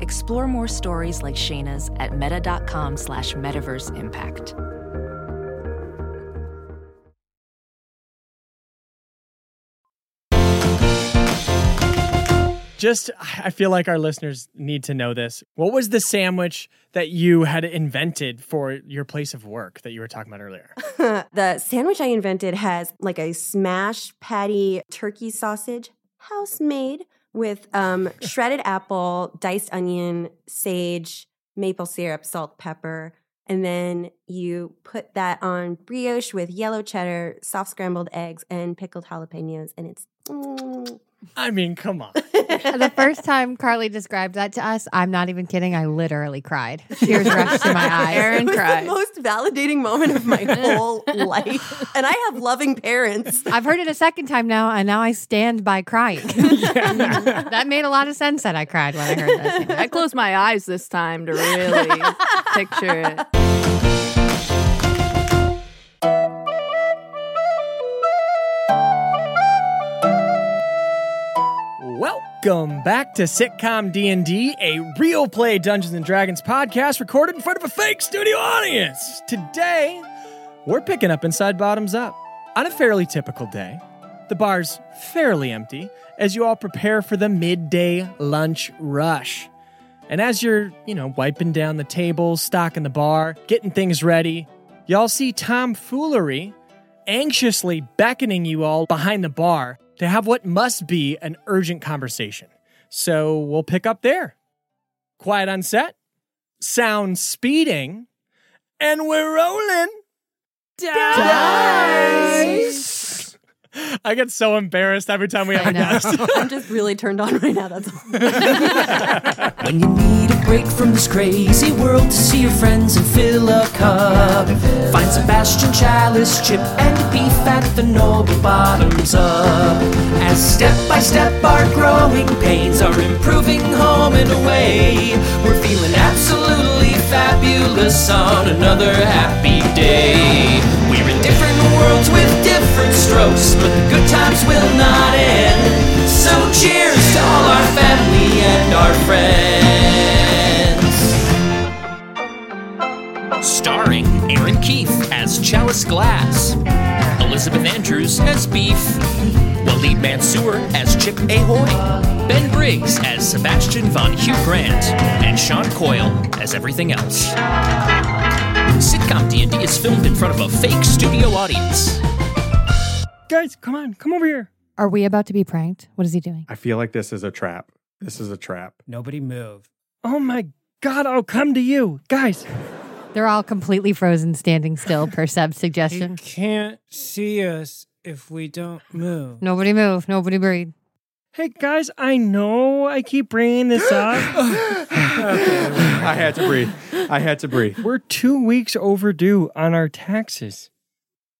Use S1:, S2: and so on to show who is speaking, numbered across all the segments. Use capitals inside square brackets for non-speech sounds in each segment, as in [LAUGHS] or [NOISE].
S1: Explore more stories like Shayna's at meta.com slash metaverse impact.
S2: Just, I feel like our listeners need to know this. What was the sandwich that you had invented for your place of work that you were talking about earlier?
S3: [LAUGHS] the sandwich I invented has like a smash patty turkey sausage, house made with
S2: [LAUGHS]
S3: um, shredded apple, diced onion, sage, maple syrup, salt, pepper. And then you put that on brioche with yellow cheddar, soft scrambled eggs, and pickled jalapenos. And it's. Mm.
S2: I mean, come on.
S4: the first time Carly described that to us, I'm not even kidding. I literally cried. [LAUGHS] Tears rushed
S3: [LAUGHS]
S4: to my eyes.
S3: It was the most validating moment of
S4: [LAUGHS]
S3: my whole life. And I have loving parents.
S4: I've heard it a second time now, and now I stand by
S2: [LAUGHS]
S4: crying. that made a lot of sense that I cried when I heard
S2: [LAUGHS]
S4: that.
S5: I closed my eyes this time to
S4: [LAUGHS]
S5: really picture it.
S2: Welcome back to Sitcom D&D, a real play Dungeons & Dragons podcast recorded in front of a fake studio audience. Today, we're picking up Inside Bottoms Up. On a fairly typical day, the bar's fairly empty as you all prepare for the midday lunch rush. And as you're, you know, wiping down the table, stocking the bar, getting things ready, y'all see tomfoolery anxiously beckoning you all behind the bar to have what must be an urgent conversation. So we'll pick up there. Quiet on set, sound speeding, and we're rolling. Dice! I get so embarrassed every time we have
S4: I
S2: a
S4: know.
S2: guest.
S3: [LAUGHS] I'm just really turned on right now. That's all.
S6: When you need a break from this crazy world to see your friends and fill a cup. Find Sebastian Chalice, Chip, and Beef at the Noble Bottoms Up. As step by step our growing pains are improving home and away, we're feeling absolutely fabulous on another happy day. We're in different worlds with different strokes, but the good times will not end. So cheers to all our family and our friends. Starring Aaron Keefe as Chalice Glass, Elizabeth Andrews as Beef, Waleed Mansour as Chip Ahoy, Ben Briggs as Sebastian von Hugh Grant, and Sean Coyle as everything else. Sitcom D&D is filmed in front of a fake studio audience.
S2: Guys, come on, come over here.
S4: Are we about to be pranked? What is he doing?
S7: I feel like this is a trap. This is a trap.
S6: Nobody move.
S2: Oh my God, I'll come to you. Guys,
S4: They're all completely frozen, standing
S2: [LAUGHS]
S4: still per Seb's suggestion.
S8: can't see us if we don't move.
S4: Nobody move. Nobody breathe.
S2: hey guys, I know I keep bringing this up.
S7: [LAUGHS] I had to breathe. I had to breathe.
S2: We're two weeks overdue on our taxes.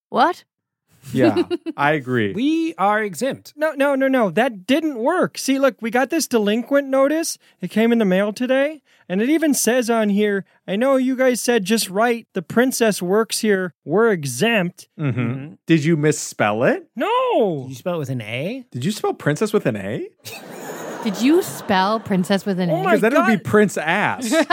S5: What?
S8: [LAUGHS]
S7: Yeah, [LAUGHS] I agree.
S8: We are exempt.
S2: No, no, no, no. That didn't work. See, look, we got this delinquent notice. It came in the mail today, and it even says on here, I know you guys said just right, the princess works here. We're exempt.
S7: Mhm. Did you misspell it?
S2: No.
S8: You spell it with an A?
S7: Did you spell princess with an A?
S4: Did you spell princess with an E?
S2: Oh
S4: A?
S2: my-
S7: Because then it would be
S2: God.
S7: prince
S8: [LAUGHS]
S7: ass.
S2: they got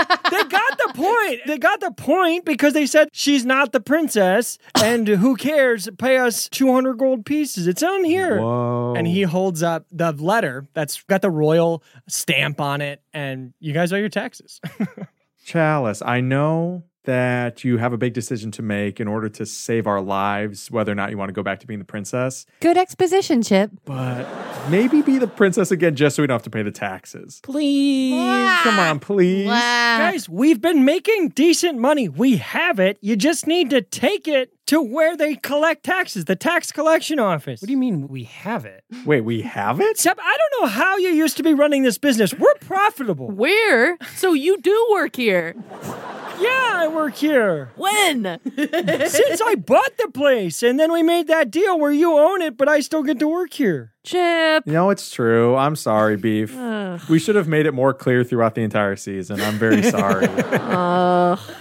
S2: the point. They got the point because they said she's not the princess, and who cares? Pay us 200 gold pieces. It's on here.
S7: Whoa.
S2: And he holds up the letter that's got the royal stamp on it, and you guys owe your taxes. [LAUGHS]
S7: Chalice, I know that you have a big decision to make in order to save our lives, whether or not you want to go back to being the princess.
S4: Good exposition, Chip.
S7: But maybe be the princess again just so we don't have to pay the taxes. Please. Come on, please.
S2: Guys, we've been making decent money. We have it. You just need to take it to where they collect taxes, the tax collection office. What do you mean we have it?
S7: Wait, we have it?
S2: Seb, I don't know how you used to be running this business. We're profitable.
S5: Where? So you do work here.
S2: Yeah, I work here.
S5: When?
S2: [LAUGHS] Since I bought the place, and then we made that deal where you own it, but I still get to work here.
S5: Chip.
S7: No, it's true. I'm sorry, Beef. we should have made it more clear throughout the entire season.
S8: [LAUGHS]
S7: I'm very sorry.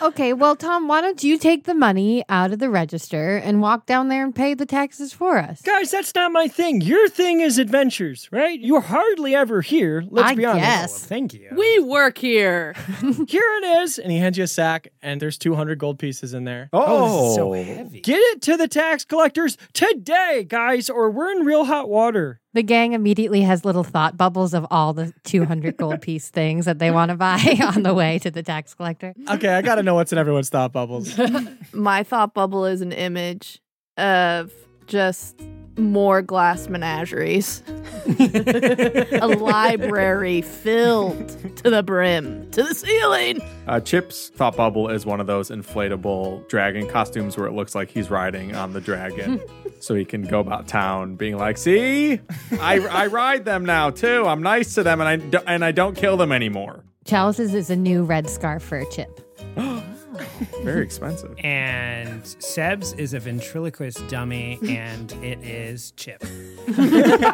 S4: Okay, well, Tom, why don't you take the money out of the register and walk down there and pay the taxes for us?
S2: Guys, that's not my thing. Your thing is adventures, right? You're hardly ever here. Let's
S4: I
S2: be honest.
S4: guess.
S2: Thank you.
S5: We work here.
S2: [LAUGHS] Here it is. And he hands you a sack, and there's 200 gold pieces in there.
S7: oh,
S2: Get it to the tax collectors today, guys, or we're in real hot water.
S4: The gang immediately has little thought bubbles of all the 200 gold piece things that they want to buy [LAUGHS] on the way to the tax collector.
S2: Okay, I gotta know what's in everyone's thought
S3: [LAUGHS]
S2: bubbles.
S5: My thought bubble is an image of just more glass menageries. A library filled to the brim, to the ceiling.
S7: Uh, Chip's thought bubble is one of those inflatable dragon costumes where it looks like he's riding on
S8: [LAUGHS]
S7: the dragon. so he can go about town being like, see, I, I ride them now too. I'm nice to them and I, do, and I don't kill them anymore.
S4: Chalices is a new red scarf for a chip.
S7: [GASPS] Very expensive.
S8: And Seb's is a ventriloquist dummy, and it is Chip.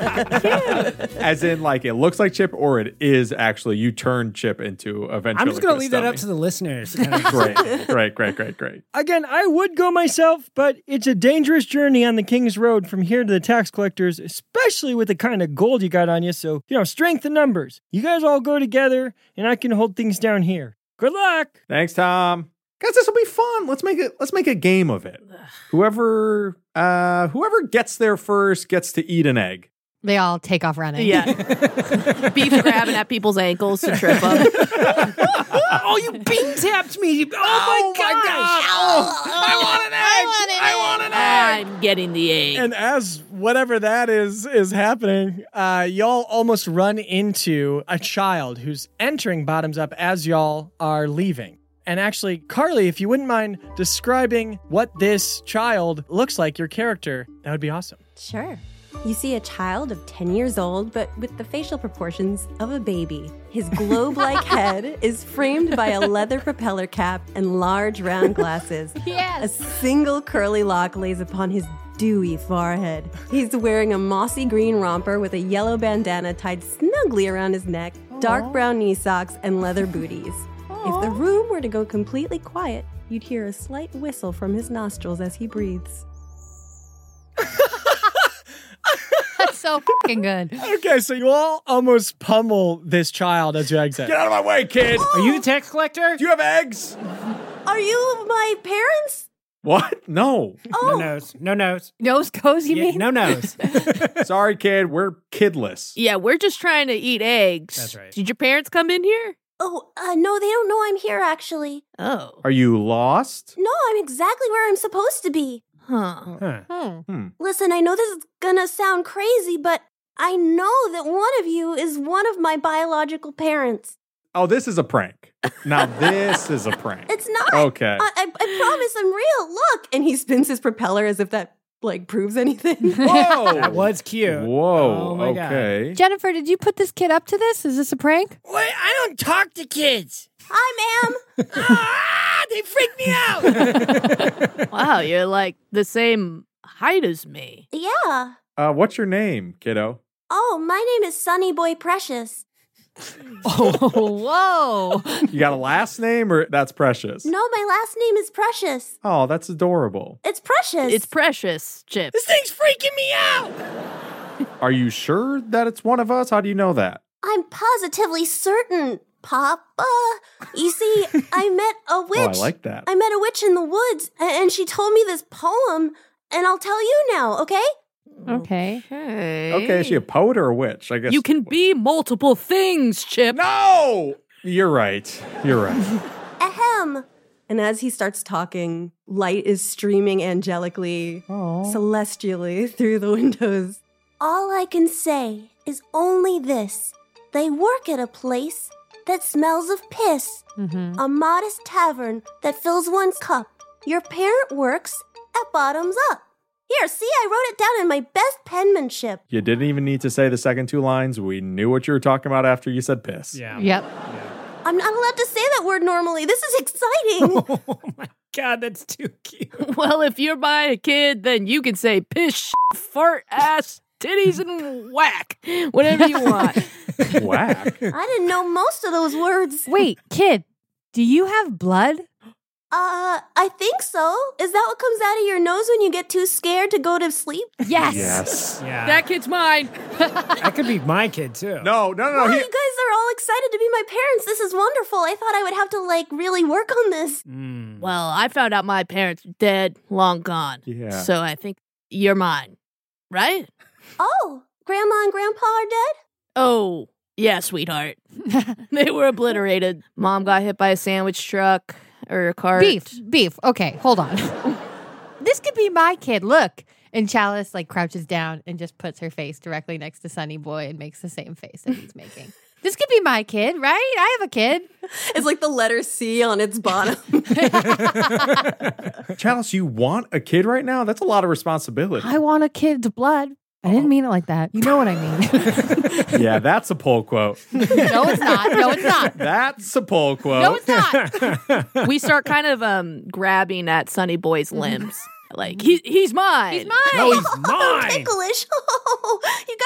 S7: As in, like, it looks like Chip or it is actually, you turn Chip into a
S8: I'm just going to
S7: ventriloquist
S8: leave that up to
S7: dummy.
S8: the
S7: [LAUGHS]
S8: listeners. [LAUGHS]
S7: Great, great, great, great, great.
S2: Again, I would go myself, but it's a dangerous journey on the King's Road from here to the tax collectors, especially with the kind of gold you got on you. So, you know, strength in numbers. You guys all go together, and I can hold things down here. Good luck.
S7: Thanks, Tom. Guys, this will be fun. Let's make it. Let's make a game of it. Whoever, uh, whoever gets there first gets to eat an egg.
S4: They all take off running.
S5: Yeah. Beef grabbing at people's ankles to trip them.
S2: Oh, you bean tapped me. Oh, my, gosh.
S7: I want an egg. I want an egg.
S5: I'm getting the egg.
S2: And as whatever that is is happening, uh, y'all almost run into a child who's entering bottoms up as y'all are leaving. And actually, Carly, if you wouldn't mind describing what this child looks like, your character, that would be awesome.
S3: Sure. You see a child of 10 years old, but with the facial proportions of a baby. His globe [LAUGHS] like head is framed by a leather propeller cap and large round
S4: [LAUGHS]
S3: glasses. A
S9: Yes.
S3: single curly lock lays upon his dewy forehead. He's wearing a mossy green romper with a yellow bandana tied snugly around his neck, dark brown knee socks, and leather booties. If the room were to go completely quiet, you'd hear a slight whistle from his nostrils as he breathes.
S4: [LAUGHS] That's so fucking good.
S2: Okay, so you all almost pummel this child as you exit.
S7: Get out of my way, kid.
S8: Are you the tax collector?
S7: Do you have eggs?
S3: Are you my parents?
S7: What? No.
S8: No nose. No nose.
S4: Oh. Nose goes, you
S8: Yeah,
S4: mean?
S8: no
S4: [LAUGHS]
S8: nose.
S7: Sorry, kid. We're kidless.
S5: Yeah, we're just trying to eat eggs.
S8: That's right.
S5: Did your parents come in here?
S3: Oh, uh, no, they don't know I'm here, actually.
S5: Oh.
S7: Are you lost?
S3: No, I'm exactly where I'm supposed to be.
S5: Huh.
S8: Huh.
S4: Hmm.
S3: Listen, I know this is gonna sound crazy, but I know that one of you is one of my biological parents.
S7: Oh, this is a prank. Now this is a prank.
S3: It's not.
S7: Okay.
S3: I, I, I promise I'm real. Look. And he spins his propeller as if that, like, proves
S4: [LAUGHS]
S3: anything.
S7: Whoa.
S8: [LAUGHS] That was cute.
S7: Whoa.
S8: Oh my God.
S7: okay.
S4: Jennifer, did you put this kid up to this? Is this a prank?
S2: Wait, I don't talk to kids.
S3: Hi, ma'am.
S2: [LAUGHS] ah, they freak me
S10: [LAUGHS]
S2: out.
S5: Wow, you're like the same height as me.
S3: Yeah.
S7: Uh, what's your name, kiddo?
S3: Oh, my name is Sunny
S2: [LAUGHS]
S3: Boy Precious.
S4: Oh, whoa.
S7: You got a last name, or that's precious?
S3: No, my last name is Precious.
S7: Oh, that's adorable.
S3: It's Precious.
S5: It's precious, Chip.
S2: this thing's freaking me out.
S7: Are you sure that it's one of us? How do you know that?
S3: I'm positively certain, Papa. You
S7: [LAUGHS]
S3: see, I met a witch.
S7: Oh, I like that.
S3: I met a witch in the woods, a- and she told me this poem, and I'll tell you now, okay?
S4: Okay.
S5: Okay.
S7: okay, is she a poet or a witch? I guess
S5: You can be multiple things, Chip.
S4: [LAUGHS]
S7: No, you're right. You're right.
S3: Ahem. And as he starts talking, light is streaming angelically, celestially [LAUGHS] through the windows.
S10: All I can say is only this. They work at a place that smells of piss,
S4: Mm-hmm.
S10: a modest tavern that fills one's cup. Your parent works at Bottoms Up. Here, see, I wrote it down in my best penmanship.
S7: You didn't even need to say the second two lines. We knew what you were talking about after you said piss.
S8: Yeah.
S4: Yep.
S10: I'm not allowed to say that word normally. This is exciting. [LAUGHS]
S8: Oh my god, that's too cute.
S5: [LAUGHS] Well, if you're buying a kid, then you can say piss, [LAUGHS] shit, fart, ass, titties, and whack. Whatever
S10: [LAUGHS]
S5: you want.
S7: Whack.
S10: I didn't know most of those words.
S4: [LAUGHS] Wait, kid, do you have blood?
S10: Uh, I think so. Is that what comes out of your nose when you get too scared to go to sleep?
S4: Yes.
S7: Yes.
S8: Yeah.
S5: That
S8: [LAUGHS]
S5: kid's mine.
S8: that could be my kid too.
S7: No, no,
S10: Wow,
S7: no. no.
S10: you
S7: He,
S10: guys are all excited to be my parents. This is wonderful. I thought I would have to like really work on this.
S8: Mm.
S5: Well, I found out my parents are dead, long gone.
S7: Yeah.
S5: So I think you're mine. Right?
S10: Oh, grandma and grandpa are dead?
S5: Oh, yeah,
S4: [LAUGHS]
S5: sweetheart. [LAUGHS] they were obliterated. Mom got hit by a sandwich truck or a car.
S4: Beef, beef. Okay, hold on. this could be my kid. Look. And Chalice like crouches down and just puts her face directly next to Sunny Boy and makes the same face that he's making. This could be my kid, right? I have a kid.
S3: It's like the letter C on its
S4: [LAUGHS]
S3: bottom.
S7: Chalice, you want a kid right now? That's a lot of responsibility.
S4: I want a kid's blood. I didn't mean it like that. You know what I mean.
S7: yeah, that's a poll quote.
S4: [LAUGHS] no, it's not. No, it's not.
S7: That's a poll quote.
S4: No, it's not.
S5: [LAUGHS]
S7: [LAUGHS]
S5: we start kind of um grabbing at Sonny
S4: [LAUGHS]
S5: Boy's limbs. Like he he's mine.
S4: He's
S8: No,
S10: [LAUGHS]
S4: mine.
S8: he's
S4: [LAUGHS]
S8: mine.
S10: Ticklish. [LAUGHS] Oh, you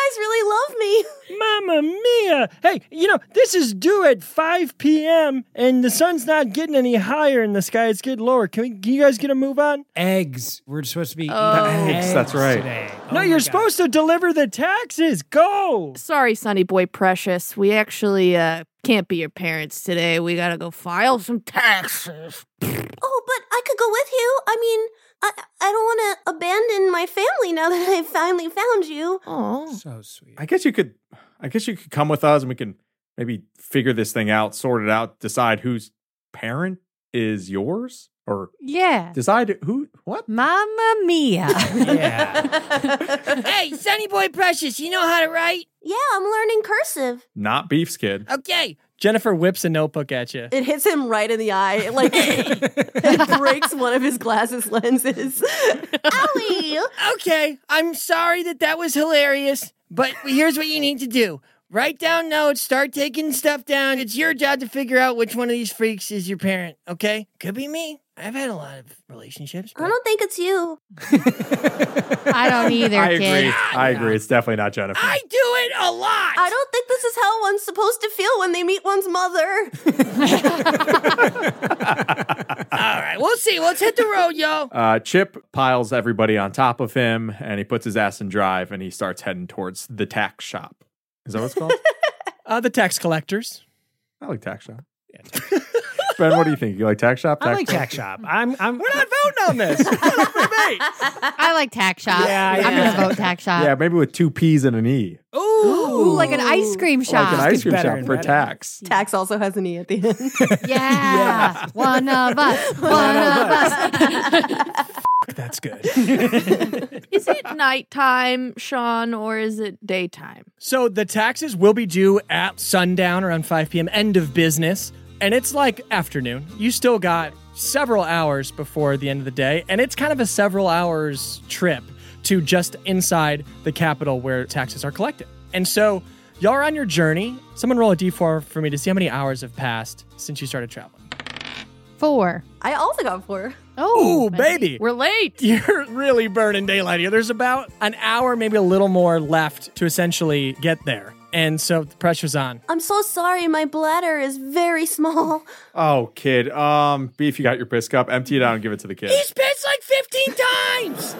S10: guys really love me. [LAUGHS]
S8: Mamma mia! Hey, you know, this is due at 5 p.m., and the sun's not getting any higher in the sky. It's getting lower. Can, we, can you guys get a move on? Eggs. We're supposed to be
S5: Oh.
S7: eggs, that's right.
S8: no, you're supposed to deliver the taxes. Go!
S5: Sorry, Sonny Boy Precious. We actually uh can't be your parents today. We gotta go file some
S4: [LAUGHS]
S5: taxes.
S10: Oh, but I could go with you. I mean, I, I don't want to abandon my family now that I've finally found you.
S5: Oh.
S8: [LAUGHS] So sweet.
S7: I guess you could I guess you could come with us and we can maybe figure this thing out, sort it out, decide whose parent is yours or
S4: [LAUGHS] Yeah.
S7: decide who what?
S4: Mamma
S5: [LAUGHS]
S4: mia.
S8: Yeah.
S11: Hey, Sonny Boy Precious, you know how to write?
S10: Yeah, I'm learning cursive.
S7: Not Beef's kid.
S11: Okay.
S2: Jennifer whips a notebook at you.
S3: It hits him right in the eye. [LAUGHS]
S11: [LAUGHS]
S3: It like [LAUGHS] breaks one of his glasses lenses.
S10: Owie!
S11: [LAUGHS] Okay. I'm sorry that that was hilarious, but here's what you need to do. Write down notes, start taking stuff down. It's your job to figure out which one of these freaks is your parent, okay? Could be me. I've had a lot of relationships.
S10: I don't think it's you.
S4: I don't e- either,
S7: I
S4: kid.
S7: agree. I agree. It's definitely not Jennifer.
S11: I do it a lot.
S10: I don't think this is how one's supposed to feel when they meet one's mother.
S11: [LAUGHS] All right, we'll see. Let's hit the road, yo.
S7: Uh, Chip piles everybody on top of him and he puts his ass in drive and he starts heading towards the tax shop. Is that what it's called?
S2: [LAUGHS] Uh, the tax collectors.
S7: I like tax shop. ben, what do you think? You like tax shop?
S8: I like
S7: collector?
S8: Tack Shop. I'm, I'm,
S2: We're [LAUGHS] not voting
S11: [LAUGHS]
S2: on this.
S4: I like tack shop.
S8: Yeah,
S4: I'm
S8: yeah.
S4: gonna vote tack shop.
S7: Yeah, maybe with two P's and an E.
S4: Ooh, like an ice cream shop.
S7: Like an ice cream
S8: better
S7: shop
S8: and
S7: for
S8: better.
S7: tax.
S3: [LAUGHS] Tax also has an E at the end.
S4: [LAUGHS]
S8: [LAUGHS]
S4: yeah. one of
S3: [LAUGHS]
S4: us. One, of
S8: [LAUGHS]
S4: us. [LAUGHS]
S8: that's good.
S5: Is it nighttime, Sean, or is it daytime?
S2: so the taxes will be due at sundown around 5 p.m. End of business, and it's like afternoon. You still got several hours before the end of the day, and it's kind of a several hours trip to just inside the capital where taxes are collected. And so y'all are on your journey. Someone roll a d4 for me to see how many hours have passed since you started traveling.
S4: Four.
S3: I also got four.
S4: Oh,
S2: Ooh, baby.
S5: We're late.
S2: You're really burning daylight here. There's about an hour, maybe a little more left to essentially get there. And so the pressure's on.
S10: I'm so sorry, my bladder is very small.
S7: Oh, kid. Um, Beef, you got your piss cup. Empty it out and give it to the kid.
S11: He's pissed like 15 times.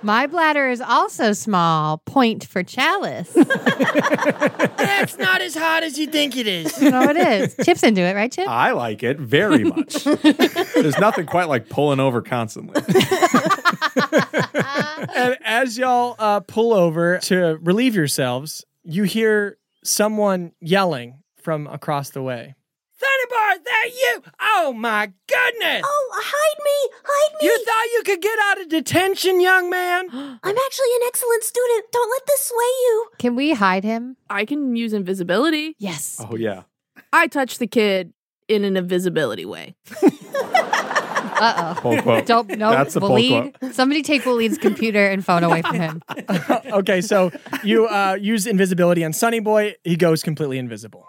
S4: My bladder is also small. Point
S5: [LAUGHS]
S4: for Chalice. no,
S11: That's not as hot as you think it
S4: [LAUGHS]
S11: is.
S4: it is. Chip's into it, right, Chip?
S7: I like it
S4: [LAUGHS]
S7: very much. There's nothing quite like pulling over constantly.
S2: And as y'all uh, pull over to relieve yourselves, you hear someone yelling from across the way. [LAUGHS]
S11: Thunderbird,
S8: dare you? Oh my goodness!
S10: Oh, hide me! Hide me!
S8: You thought you could get out of detention, young man?
S10: I'm actually an excellent student. Don't let this sway you.
S4: Can we hide him?
S5: I can use invisibility.
S4: Yes.
S7: Oh yeah.
S5: I touch the kid in an invisibility way.
S4: Uh
S7: Pull
S4: oh. [LAUGHS]
S7: quote.
S4: Don't no
S7: That's the pull
S4: Waleed. Somebody take Waleed's computer and phone away
S5: [LAUGHS]
S4: from him.
S2: okay, so you uh, use invisibility on Sunny Boy. He goes completely invisible.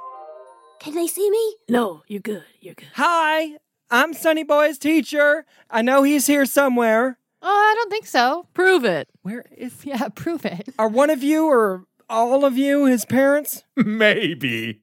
S10: Can they see me?
S5: No, you're good. You're good.
S2: Hi, I'm Sunny Boy's teacher. I know he's here somewhere.
S4: Oh, I don't think so.
S5: Prove it.
S2: Where is?
S4: Yeah, [LAUGHS] prove it.
S2: Are one of you or all of you his parents?
S7: [LAUGHS] Maybe.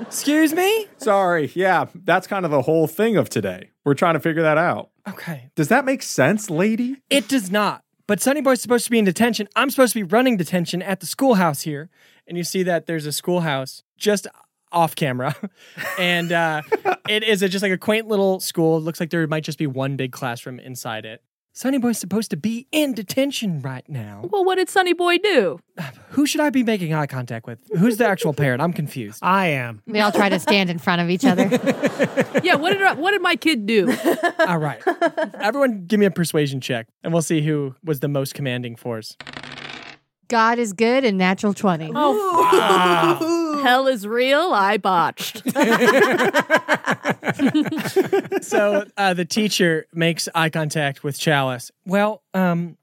S2: Excuse me.
S7: Sorry. Yeah, that's kind of the whole thing of today. We're trying to figure that out.
S2: Okay.
S7: Does that make sense, lady?
S2: It does not. But Sunny Boy's supposed to be in detention. I'm supposed to be running detention at the schoolhouse here. And you see that there's a schoolhouse just off camera. [LAUGHS] and uh, it is a, just like a quaint little school. It looks like there might just be one big classroom inside it. Sunny Boy's supposed to be in detention right now.
S5: Well, what did Sonny Boy do?
S2: Who should I be making eye contact with? Who's the actual parent? I'm confused.
S8: I am.
S4: They all try
S2: [LAUGHS]
S4: to stand in front of
S10: Oh
S4: each other.
S5: [LAUGHS] yeah, what did I, what did my kid do?
S2: All right. Everyone, give me a persuasion check, and we'll see who was the most commanding force.
S4: God is good and natural 20.
S5: Oh, [LAUGHS] Hell is real. I botched.
S2: [LAUGHS] so uh, the teacher makes eye contact with Chalice. Well, um,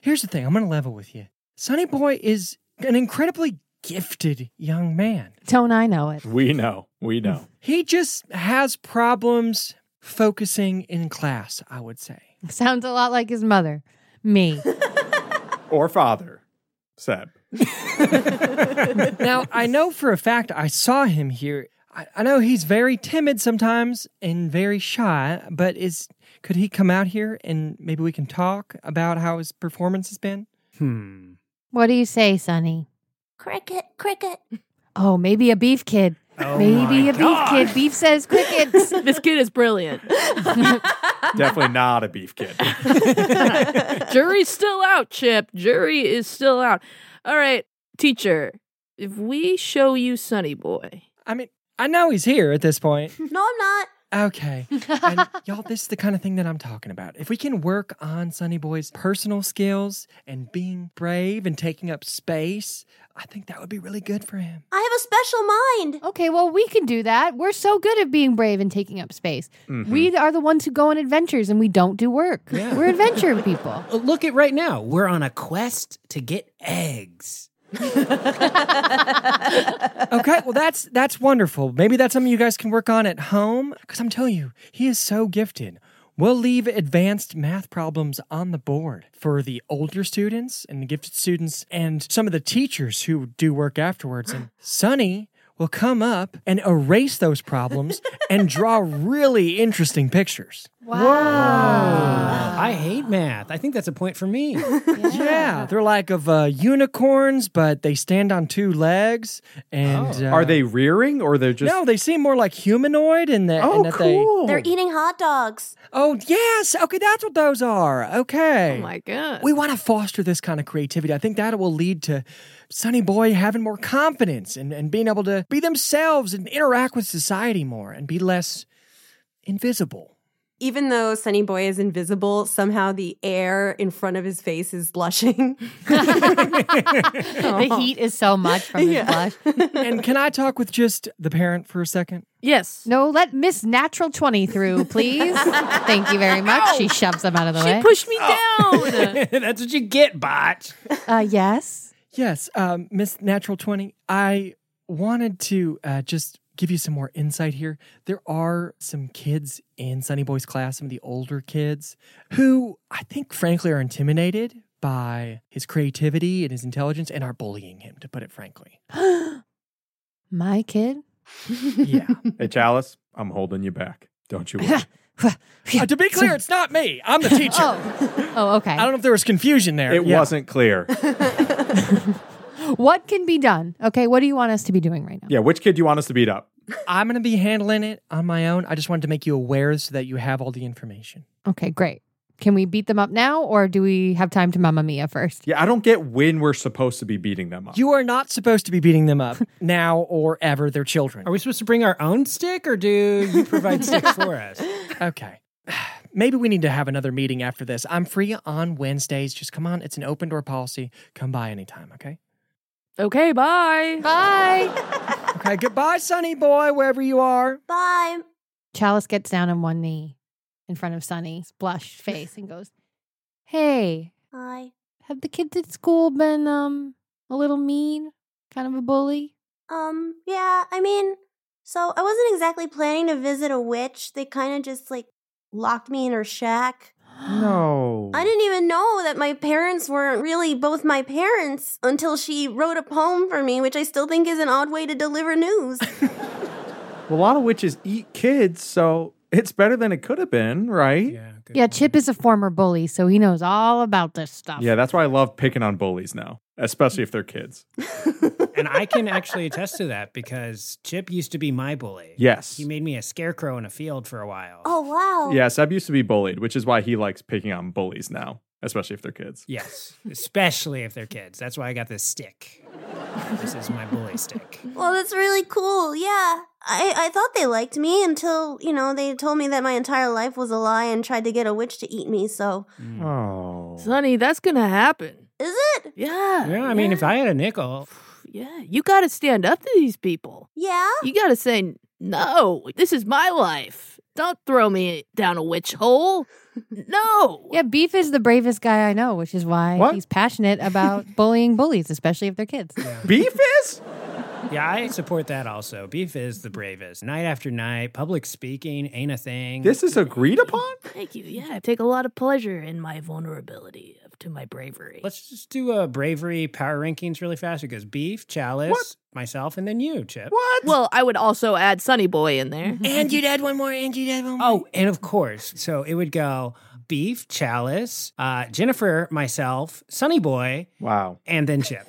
S2: here's the thing. I'm going to level with you. Sonny Boy is an incredibly gifted young man.
S4: Don't I know it?
S7: We know.
S2: [LAUGHS]
S7: We know.
S2: He just has problems focusing in class, I would say.
S4: Sounds a lot like his mother. Me. [LAUGHS]
S7: or father. Seb.
S2: [LAUGHS] now, I know for a fact I saw him here. I, I know he's very timid sometimes and very shy, but is could he come out here and maybe we can talk about how his performance has been?
S8: Hmm.
S4: What do you say, Sonny?
S10: Cricket, cricket.
S4: Oh, maybe a beef kid.
S8: Oh
S4: maybe
S8: my
S4: a beef kid. Beef
S10: [LAUGHS]
S4: says crickets.
S5: this kid is brilliant.
S7: Definitely not a beef kid.
S5: Jury's still out, Chip. Jury is still out. All right, teacher. If we show you Sonny Boy,
S2: I mean, I know he's here at this point.
S10: No, I'm
S4: [LAUGHS]
S10: not.
S2: Okay. And y'all, this is the kind of thing that I'm talking about. If we can work on Sunny Boy's personal skills and being brave and taking up space, I think that would be really good for him. [LAUGHS]
S10: I have a special mind.
S4: okay, well, we can do that. We're so good at being brave and taking up space.
S2: Mm-hmm.
S4: We are the ones who go on adventures and we don't do work.
S12: Yeah.
S4: We're adventure
S2: [LAUGHS]
S4: people.
S12: Look at right now. We're on a quest to get
S7: [GASPS]
S12: eggs.
S2: Okay, well that's that's wonderful. Maybe that's something you guys can work on at home. Because I'm telling you, he is so gifted. We'll leave advanced math problems on the board for the older students and the gifted students and some of the teachers who do work afterwards. And Sonny will come up and erase those problems and draw really interesting pictures.
S12: I hate math. I think that's a point for
S7: [LAUGHS]
S12: me.
S2: Yeah, they're like of uh, unicorns, but they stand on two legs. And uh,
S7: Oh. Are they rearing or they're just
S2: no, they seem more like humanoid in that.
S7: Oh
S2: in that they,
S7: cool.
S10: They're e eating hot dogs.
S2: Oh, yes. Okay, that's what those are. [LAUGHS] Okay.
S5: oh my god,
S2: we want to foster this kind of creativity. I think that will lead to Sonny Boy having more confidence and, and being able to be themselves and interact with society more and be less invisible.
S3: Even though Sunny Boy is invisible, somehow the air in front of his face is blushing.
S4: [LAUGHS]
S3: [LAUGHS]
S4: the
S2: Oh.
S4: heat is so much from his blush.
S2: and can I talk with just the parent for a second?
S5: yes.
S4: No, let Miss Natural 20
S10: [LAUGHS]
S4: through, please. Thank you very much. She shoves them out of the
S5: She
S4: way.
S5: pushed me
S13: Oh.
S5: down.
S13: [LAUGHS]
S12: that's what you get, botch.
S4: uh, yes.
S2: Yes, um, Miss Natural 20, I wanted to uh, just give you some more insight here. There are some kids in Sunny Boy's class, some of the older kids, who I think, frankly, are intimidated by his creativity and his intelligence and are bullying him, to put it frankly.
S4: [GASPS] My kid?
S2: Yeah.
S7: Hey Chalice, I'm holding you back. Don't you worry.
S2: Uh, to be clear, it's not me. I'm the teacher.
S4: Oh, oh okay.
S2: I don't know if there was confusion [LAUGHS] there.
S7: it
S2: Yeah. [GASPS]
S7: wasn't clear.
S4: What can be done? Okay, what do you want us to be doing right now?
S7: Yeah, which kid do you want us to beat up?
S2: I'm going to be handling it on my own. I just wanted to make you aware so that you have all the information.
S4: Okay, great. Can we beat them up now, or do we have time to Mamma Mia first?
S7: Yeah, I don't get when we're supposed to be beating them up.
S2: You are not supposed to be beating them
S13: [LAUGHS]
S2: up now or ever. They're children. Are
S13: we supposed to bring our own stick or do
S2: [LAUGHS]
S13: you provide sticks for us?
S2: Okay. [SIGHS] Maybe we need to have another meeting after this. I'm free on Wednesdays. Just come on. It's an open door policy. Come by anytime, okay?
S5: [GASPS] Okay, bye.
S4: Bye.
S2: [LAUGHS] Okay, goodbye, Sonny boy, wherever you are.
S10: Bye.
S4: Chalice gets down on one knee in front of Sunny's
S10: [LAUGHS]
S4: blushed face and goes, Hey,
S10: Hi.
S4: have the kids at school been um a little mean? Kind of a bully?
S10: Um, yeah, I mean, so I wasn't exactly planning to visit a witch. They kind of just like locked me in her shack.
S7: No.
S10: I didn't even know that my parents weren't really both my parents until she wrote a poem for me, which I still think is an odd way to deliver
S7: [LAUGHS]
S10: news.
S7: A lot of witches eat kids, so it's better than it could have been, right? Yeah.
S4: yeah, Chip is a former bully, so he knows all about this stuff.
S7: Yeah, that's why I love picking on bullies now, especially if they're kids.
S13: And I can actually attest to that because Chip used to be my bully.
S7: Yes.
S13: He made me a scarecrow in a field for a while.
S10: Oh, wow.
S7: Yeah, Seb used to be bullied, which is why he likes picking on bullies now, especially if they're kids.
S13: Yes. Especially if they're kids. That's why I got this stick. This is my bully stick.
S10: well, that's really cool. Yeah. I, I thought they liked me until, you know, they told me that my entire life was a lie and tried to get a witch to eat me, so.
S13: Mm.
S7: Oh.
S5: Sonny, that's going to happen.
S10: Is it?
S5: Yeah.
S13: Yeah, I mean, if I had a nickel,
S5: Yeah. You got to stand up to these people.
S10: Yeah?
S5: You got to say, no, this is my life. Don't throw me down a witch hole. No.
S4: Yeah, Beef is the bravest guy I know, which is why
S5: What?
S4: he's passionate about bullying bullies, especially if they're kids.
S7: Beef is?
S13: Yeah, I support that also. Beef is the bravest. Night after night, public speaking ain't a thing.
S7: This is agreed upon?
S5: Thank you. Yeah. I take a lot of pleasure in my vulnerability up to my bravery.
S13: Let's just do a bravery power rankings really fast. It goes Beef, Chalice, myself, and then you, Chip.
S5: What? Well, I would also add Sunny Boy in there.
S13: Mm-hmm.
S11: And you'd add one more. And you'd add one more.
S13: Oh, and of course. So it would go Beef, Chalice, uh, Jennifer, myself, Sunny Boy.
S7: Wow.
S13: And then Chip.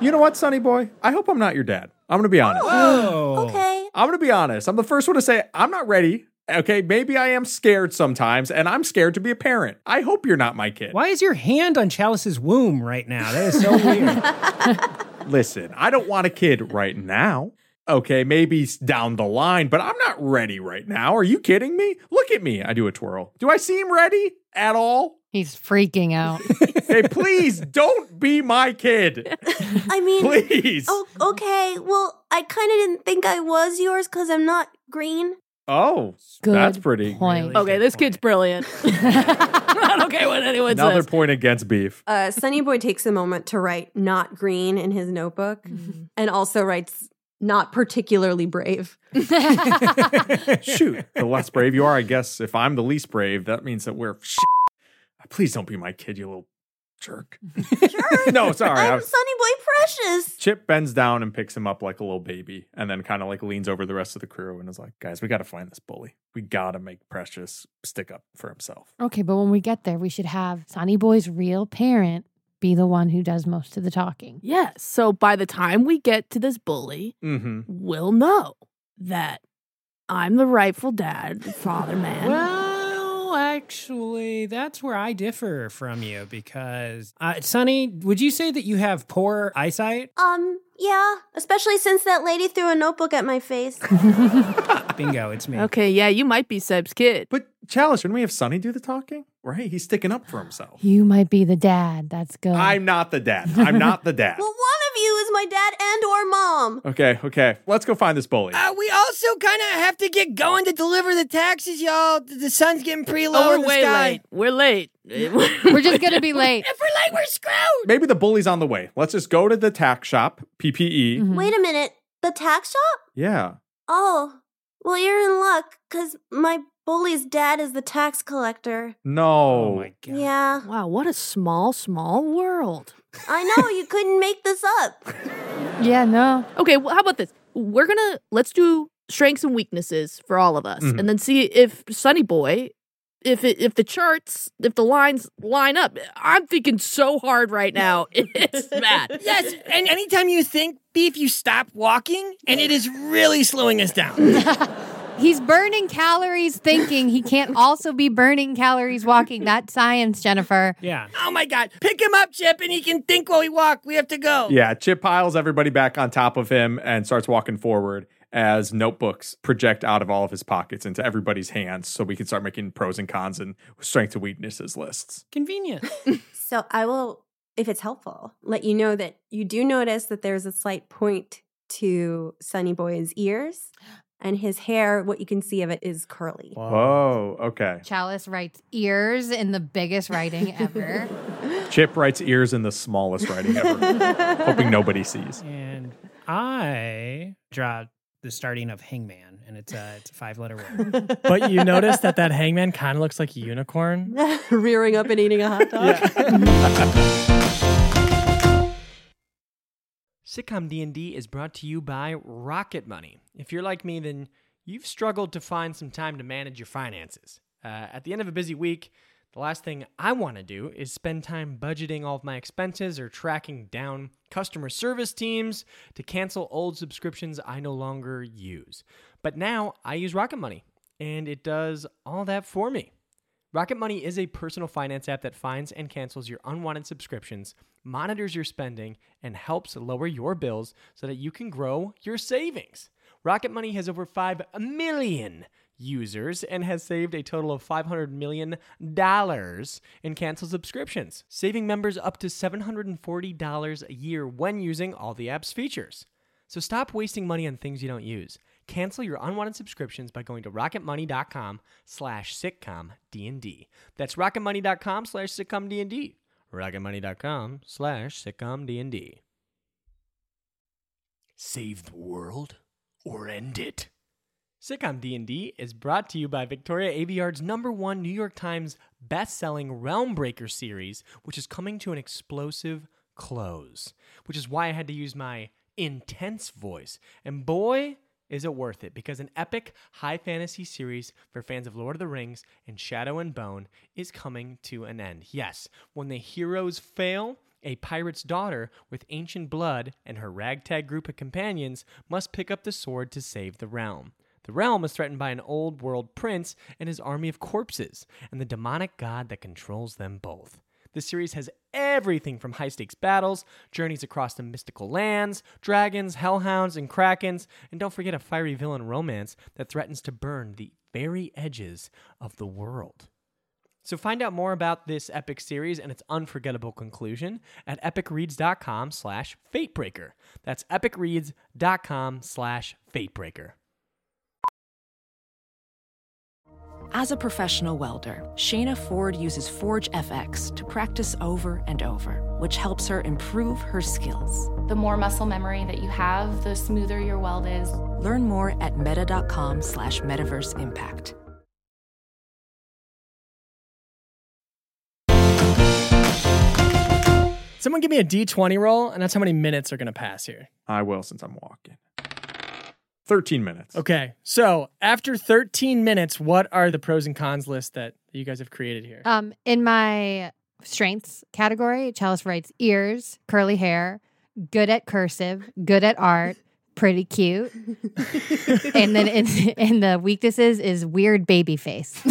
S7: You know what, Sonny boy? I hope I'm not your dad. I'm going to be honest.
S13: Oh.
S10: okay.
S7: I'm going to be honest. I'm the first one to say I'm not ready. Okay, maybe I am scared sometimes, and I'm scared to be a parent. I hope you're not my kid.
S13: Why is your hand on Chalice's womb right now? That is so weird.
S10: [LAUGHS]
S7: Listen, I don't want a kid right now. Okay, maybe s- down the line, but I'm not ready right now. Are you kidding me? Look at me. I do a twirl. Do I seem ready at all?
S4: He's freaking out.
S7: hey, please don't be my kid.
S10: I mean,
S7: Please.
S10: Oh, okay. Well, I kind of didn't think I was yours because I'm not green.
S7: [LAUGHS] Oh,
S5: Good
S7: that's pretty.
S5: Okay, this kid's
S4: [LAUGHS]
S5: brilliant. I don't care what anyone
S7: Another
S5: says.
S7: point against beef.
S3: Uh, Sunny Boy takes a moment to write "not green" in his notebook,
S4: Mm-hmm.
S3: and also writes "not particularly brave."
S7: Shoot, the less brave you are, I guess. If I'm the least brave, that means that we're. Shit. Please don't be my kid, you little
S5: [LAUGHS]
S7: jerk. no, sorry. I
S10: I'm
S7: was-
S10: Sunny Boy Precious.
S7: Chip bends down and picks him up like a little baby, and then kind of like leans over the rest of the crew and is like, "Guys, we got to find this bully. We got to make Precious stick up for himself."
S4: Okay, but when we get there, we should have Sonny Boy's real parent be the one who does most of the talking.
S5: Yes. so by the time we get to this bully,
S7: Mm-hmm.
S5: we'll know that I'm the rightful dad, the father man.
S13: Well, actually, that's where I differ from you because, uh, Sonny, would you say that you have poor eyesight?
S10: Um, yeah, especially since that lady threw a notebook at my
S7: [LAUGHS]
S10: face.
S13: Bingo, it's me.
S5: okay, yeah, you might be Seb's kid.
S7: But Chalice, shouldn't we have Sonny do the talking? Right? He's sticking up for himself.
S4: You might be the dad. That's good.
S7: I'm not the dad. I'm not
S4: [LAUGHS]
S7: the dad.
S10: well, one of you is my dad and or mom.
S7: Okay, okay. Let's go find this bully.
S11: Uh, we also kind of have to get going to deliver the taxes, y'all. The the sun's getting pretty low
S5: Oh,
S11: in
S5: we're
S11: the
S5: way
S11: sky.
S5: late. We're late. [LAUGHS]
S11: [LAUGHS]
S4: We're just gonna be late.
S11: If we're late, we're screwed.
S7: Maybe the bully's on the way. Let's just go to the tack shop, PPE.
S4: Mm-hmm.
S10: Wait a minute, the tax shop?
S7: Yeah.
S10: Oh, well, you're in luck because my bully's dad is the tax collector.
S7: No.
S13: Oh my God.
S10: Yeah,
S5: Wow, what a small, small world.
S10: [LAUGHS] I know you couldn't make this up.
S4: Yeah, no.
S5: Okay, well, how about this? We're gonna let's do strengths and weaknesses for all of us,
S7: Mhm.
S5: and then see if Sunny Boy, if it, if the charts, if the lines line up. I'm thinking so hard right now. [LAUGHS] It's bad.
S11: Yes, and anytime you think beef, you stop walking, and it is really slowing us down.
S4: He's burning calories thinking
S11: [LAUGHS]
S4: he can't also be burning calories walking. Not science, Jennifer.
S13: Yeah.
S11: Oh my God. Pick him up, Chip, and he can think while we walk. We have to go.
S7: Yeah, Chip piles everybody back on top of him and starts walking forward as notebooks project out of all of his pockets into everybody's hands so we can start making pros and cons and strengths and weaknesses lists.
S4: [LAUGHS]
S13: Convenient.
S3: so I will, if it's helpful, let you know that you do notice that there's a slight point to Sonny Boy's ears, and his hair, what you can see of it, is curly.
S7: Oh, okay.
S4: Chalice writes ears in the biggest writing
S11: [LAUGHS]
S4: ever.
S7: Chip writes ears in the smallest writing ever,
S4: [LAUGHS]
S7: hoping nobody sees.
S13: And I draw the starting of Hangman, and it's a, it's a five letter word.
S14: But you notice that
S2: [LAUGHS]
S14: that hangman kind of looks like a unicorn.
S3: [LAUGHS] Rearing up and eating a hot dog.
S2: Sitcom D&D is brought to you by Rocket Money. If you're like me, then you've struggled to find some time to manage your finances. Uh, at the end of a busy week, the last thing I want to do is spend time budgeting all of my expenses or tracking down customer service teams to cancel old subscriptions I no longer use. But now I use Rocket Money, and it does all that for me. Rocket Money is a personal finance app that finds and cancels your unwanted subscriptions, monitors your spending, and helps lower your bills so that you can grow your savings. Rocket Money has over 5 million users and has saved a total of $500 million in canceled subscriptions, saving members up to $740 a year when using all the app's features. So stop wasting money on things you don't use. Cancel your unwanted subscriptions by going to rocketmoney.com slash sitcom D&D. That's rocketmoney.com slash sitcom D&D. rocketmoney.com slash sitcom D&D. Save the world or end it. Sitcom D&D is brought to you by Victoria Aveyard's number one New York Times best-selling Realm Breaker series, which is coming to an explosive close, which is why I had to use my intense voice. And boy, is it worth it, because an epic high fantasy series for fans of Lord of the Rings and Shadow and Bone is coming to an end. Yes, when the heroes fail, a pirate's daughter with ancient blood and her ragtag group of companions must pick up the sword to save the realm. The realm is threatened by an old world prince and his army of corpses, and the demonic god that controls them both. The series has everything from high stakes battles, journeys across the mystical lands, dragons, hellhounds, and krakens, and don't forget a fiery villain romance that threatens to burn the very edges of the world. So find out more about this epic series and its unforgettable conclusion at epicreads.com slash fatebreaker. That's epicreads.com slash fatebreaker.
S1: As a professional welder, Shayna Ford uses Forge FX to practice over and over, which helps her improve her skills.
S9: The more muscle memory that you have, the smoother your weld is.
S1: Learn more at meta.com slash metaverse impact.
S14: Someone give me a D20 roll, and that's how many minutes are going to pass here.
S7: I will since I'm walking. 13 minutes.
S14: Okay, so after 13 minutes, what are the pros and cons list that you guys have created
S4: [LAUGHS]
S14: here?
S4: Um, in my strengths category, Chalice writes ears, curly hair, good at cursive, good at art, pretty cute. and then
S13: [LAUGHS]
S4: in, [LAUGHS] in the weaknesses is weird baby face.
S3: [LAUGHS]
S4: [LAUGHS]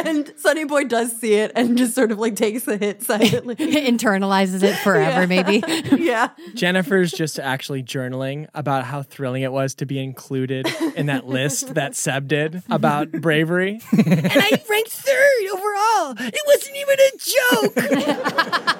S3: and Sonny Boy does see it and just sort of like takes the hit silently.
S4: [LAUGHS] Internalizes it forever,
S3: Yeah.
S4: maybe.
S3: [LAUGHS] yeah.
S14: Jennifer's just actually journaling about how thrilling it was to be included in that list that Seb did about bravery.
S11: and I ranked third overall. It wasn't even
S4: [LAUGHS]
S11: a joke.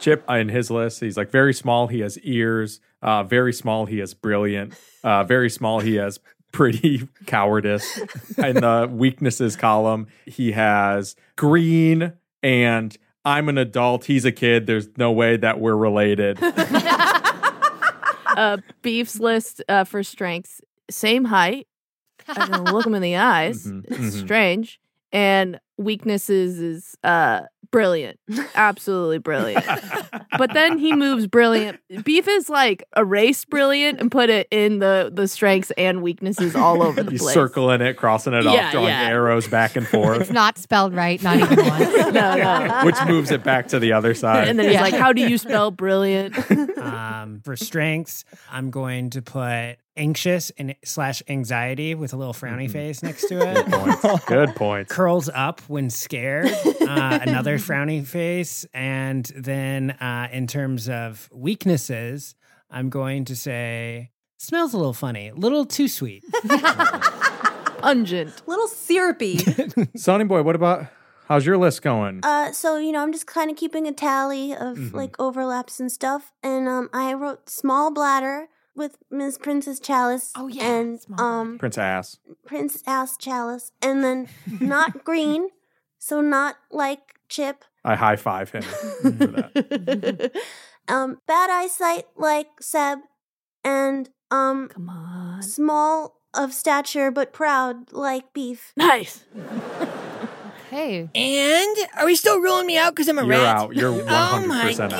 S7: Chip uh, in his list, he's like very small. He has ears. Uh, very small. He has brilliant. Uh, very small. He has pretty [LAUGHS] cowardice. In the weaknesses column, he has green and I'm an adult. He's a kid. There's no way that we're
S5: [LAUGHS]
S7: related.
S5: uh, Beef's list uh, for strengths: same height. I can look him in the eyes.
S7: Mhm,
S5: It's
S7: mhm.
S5: strange. And weaknesses is uh, Brilliant. Absolutely brilliant. but then he moves brilliant. Beef is like erase brilliant and put it in the the strengths and weaknesses all over the
S4: [LAUGHS]
S7: You
S5: place.
S7: circling it, crossing it
S5: Yeah,
S7: off, drawing
S5: yeah.
S7: arrows back and
S5: [LAUGHS]
S7: forth,
S4: Not spelled right, not even once. no,
S5: no.
S7: which moves it back to the other side.
S5: [LAUGHS] And then he's like, "How do you spell brilliant?"
S13: um, for strengths, I'm going to put anxious and slash anxiety with a little frowny face next to it.
S7: Mm-hmm. Good
S13: [LAUGHS]
S7: point.
S13: Curls up when scared, uh, another frowny face. And then uh, in terms of weaknesses, I'm going to say smells a little funny, a little too sweet.
S5: [LAUGHS] Pungent.
S3: Little
S5: [LAUGHS]
S3: syrupy.
S7: Sonny Boy, what about how's your list going?
S10: Uh, so you know, I'm just kind of keeping a tally of
S5: Mm-hmm.
S7: Mhm.
S10: like overlaps and stuff, and um, I wrote small bladder with Miss Princess Chalice. Oh yeah, and um,
S7: Prince Ass.
S10: Prince Ass Chalice, and
S5: [LAUGHS]
S10: then not green, so not like Chip.
S7: I high
S5: [LAUGHS]
S7: five him.
S10: [LAUGHS] Um, bad eyesight like Seb, and um, come on, small of stature but proud like [LAUGHS] Beef.
S5: Nice.
S4: Hey.
S11: And are we still ruling me out because I'm a
S13: You're
S11: rat?
S13: out. You're
S11: oh my
S13: 100% out.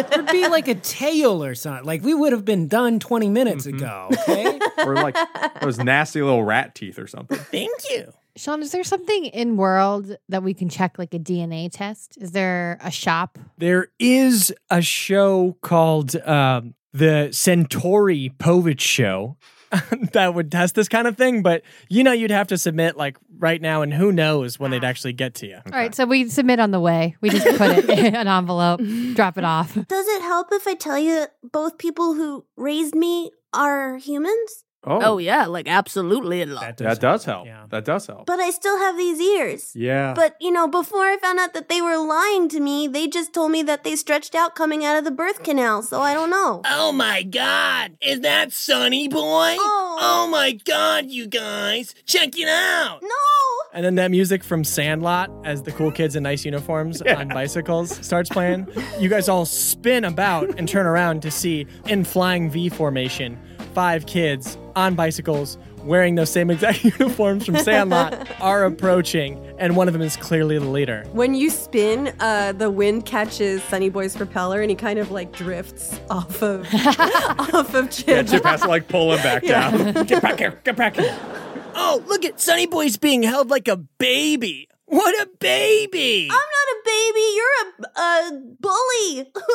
S11: God.
S13: [LAUGHS] It'd be like a tail or something. Like we would have been done 20 minutes
S7: Mm-hmm. [LAUGHS]
S13: ago. Okay.
S7: or like those nasty little rat teeth or something.
S13: Thank you.
S4: Sean, is there something in world that we can check like a DNA test? Is there a shop?
S2: There is a show called um, the Centauri
S14: [LAUGHS]
S2: Povich Show that would test this kind of thing, but you know, you'd have to submit like right now, and who knows when they'd actually get to you.
S4: All right, so we submit on the way. We just put
S13: [LAUGHS]
S4: it in an envelope, drop it off.
S10: Does it help if I tell you that both people who raised me are humans?
S7: Oh.
S5: yeah, like absolutely it
S7: That does, help. That does help.
S10: But I still have these ears.
S7: yeah.
S10: But you know, before I found out that they were lying to me, they just told me that they stretched out coming out of the birth canal, so I don't know.
S11: Oh my god, is that Sonny Boy? Oh. my god, you guys, check it out.
S2: And then that music from Sandlot as the cool kids in nice uniforms on bicycles starts playing. you guys all spin about and turn around to see in flying V formation five kids on bicycles wearing those same exact [LAUGHS] uniforms from Sandlot are approaching, and one of them is clearly the leader.
S3: When you spin, uh, the wind catches Sunny Boy's propeller and he kind of like drifts off of [LAUGHS] off of Chip.
S7: [LAUGHS] Yeah,
S3: [LAUGHS]
S7: Chip has to like pull him back
S3: Yeah.
S7: down. Get back here. Get back here.
S11: Oh, look at Sonny Boy's being held like a baby. What a baby!
S10: I'm not a baby, you're a, a
S13: [LAUGHS]
S10: bully. [LAUGHS]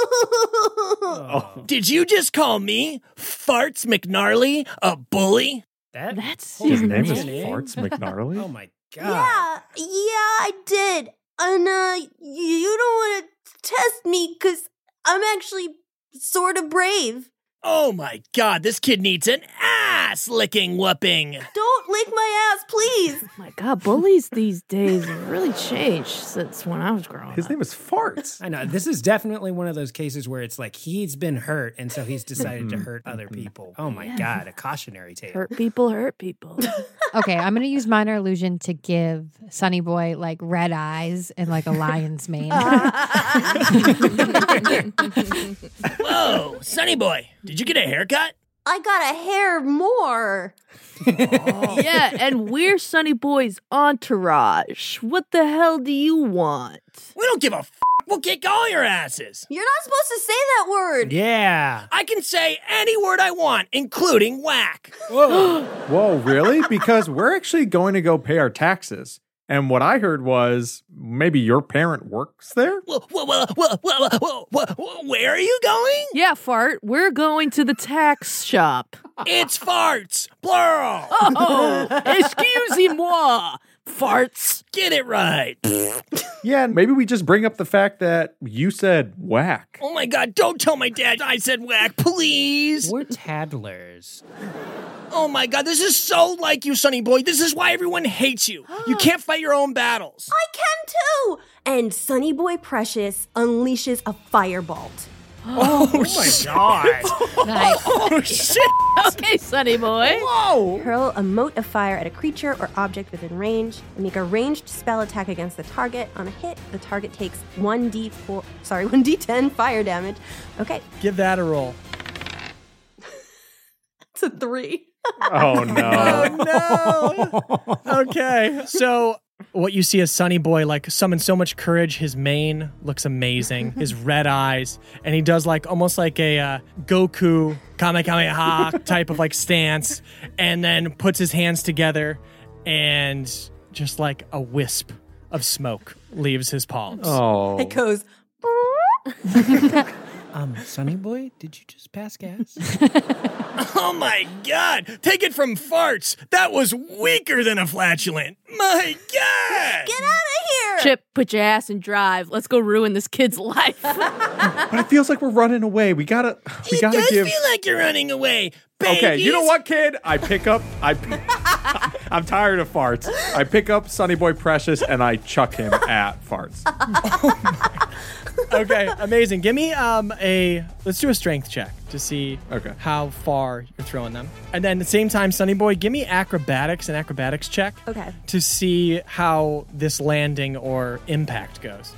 S11: Oh. Did you just call me Farts McNarly a bully?
S13: That,
S5: That's
S7: His name is
S13: [LAUGHS]
S7: Farts McNarly. Oh
S13: my
S10: Yeah, yeah, I did. And uh, y- you don't want to test me because I'm actually sort of brave.
S11: Oh my god, this kid needs an ass licking whooping.
S10: Don't lick my ass, please.
S5: Oh my god, bullies these days have really changed since when I was growing
S7: His
S5: up.
S7: name is Farts.
S13: I know. This is definitely one of those cases where it's like he's been hurt and so he's decided to
S7: Mm-hmm.
S13: hurt other people. Oh my
S5: Yeah.
S13: God, a cautionary tale.
S5: Hurt people hurt people.
S4: [LAUGHS] Okay, I'm gonna use minor illusion to give Sunny Boy like red eyes and like a
S5: [LAUGHS]
S4: lion's mane. [LAUGHS]
S11: Whoa, Sonny Boy, did you get a haircut?
S10: I got a hair
S11: [LAUGHS]
S10: more.
S5: yeah, and we're Sunny Boy's entourage. What the hell do you want?
S11: We don't give a f. We'll kick all your asses.
S10: You're not supposed to say that word.
S13: Yeah.
S11: I can say any word I want, including whack.
S13: Whoa.
S7: Whoa, really? Because we're actually going to go pay our taxes. And what I heard was maybe your parent works there.
S11: Whoa, whoa,
S5: [LAUGHS]
S11: whoa, whoa, whoa, whoa, whoa, whoa, where are you going?
S5: Yeah, fart. We're going to the tax shop.
S11: It's farts, plural.
S5: Oh, excuse moi, farts.
S11: Get it right.
S7: Yeah, and maybe we just bring up the fact that you said whack.
S11: Oh my god, don't tell my dad I said whack, please.
S13: We're taddlers.
S11: Oh my god, this is so like you, Sonny Boy. This is why everyone hates you. You can't fight your own battles.
S10: I can too.
S3: And Sunny Boy Precious unleashes a firebolt.
S7: [LAUGHS]
S11: Oh, my
S5: [LAUGHS]
S11: god.
S2: [LAUGHS]
S11: Oh shit.
S5: Okay, Sunny Boy.
S11: Whoa!
S3: Hurl a mote of fire at a creature or object within range. Make a ranged spell attack against the target. On a hit, the target takes 1d4, sorry, [LAUGHS] 1d10 fire damage. Okay,
S2: Give that a roll.
S3: it's a three. [LAUGHS]
S7: Oh no.
S2: Oh no. okay. So What you see is Sonny Boy like summons so much courage. His mane looks amazing. His red eyes, and he does like almost like a uh, Goku Kamehameha type of like stance, and then puts his hands together, and just like a wisp of smoke leaves his palms.
S7: Oh.
S3: It goes.
S13: [LAUGHS] Um, Sonny Boy, did you just pass gas?
S2: oh my god! Take it from farts. That was weaker than a flatulent. My God!
S5: Get
S10: out of
S5: here! Chip, put your ass in drive. Let's go ruin this kid's
S11: [LAUGHS]
S5: life.
S7: But it feels like we're running away. We gotta, we
S11: It
S7: gotta
S11: does
S7: give.
S11: feel like you're running away.
S7: okay, you know
S11: babies.
S7: what, kid? I pick up. I, I'm tired of farts. I pick up Sonny Boy Precious and I chuck him at farts.
S2: okay, amazing. Give me um a let's do a strength check to see
S7: okay
S2: how far you're throwing them, and then at the same time, Sunny Boy, give me acrobatics and acrobatics check
S3: Okay.
S2: to see how this landing or impact goes.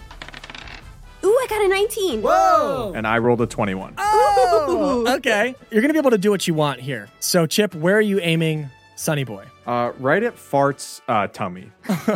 S3: Ooh, I got a 19. Whoa.
S7: And I rolled a 21.
S2: Oh, okay. You're gonna be able to do what you want here. So, Chip, where are you aiming, Sunny Boy?
S7: Uh, right at farts' uh, tummy.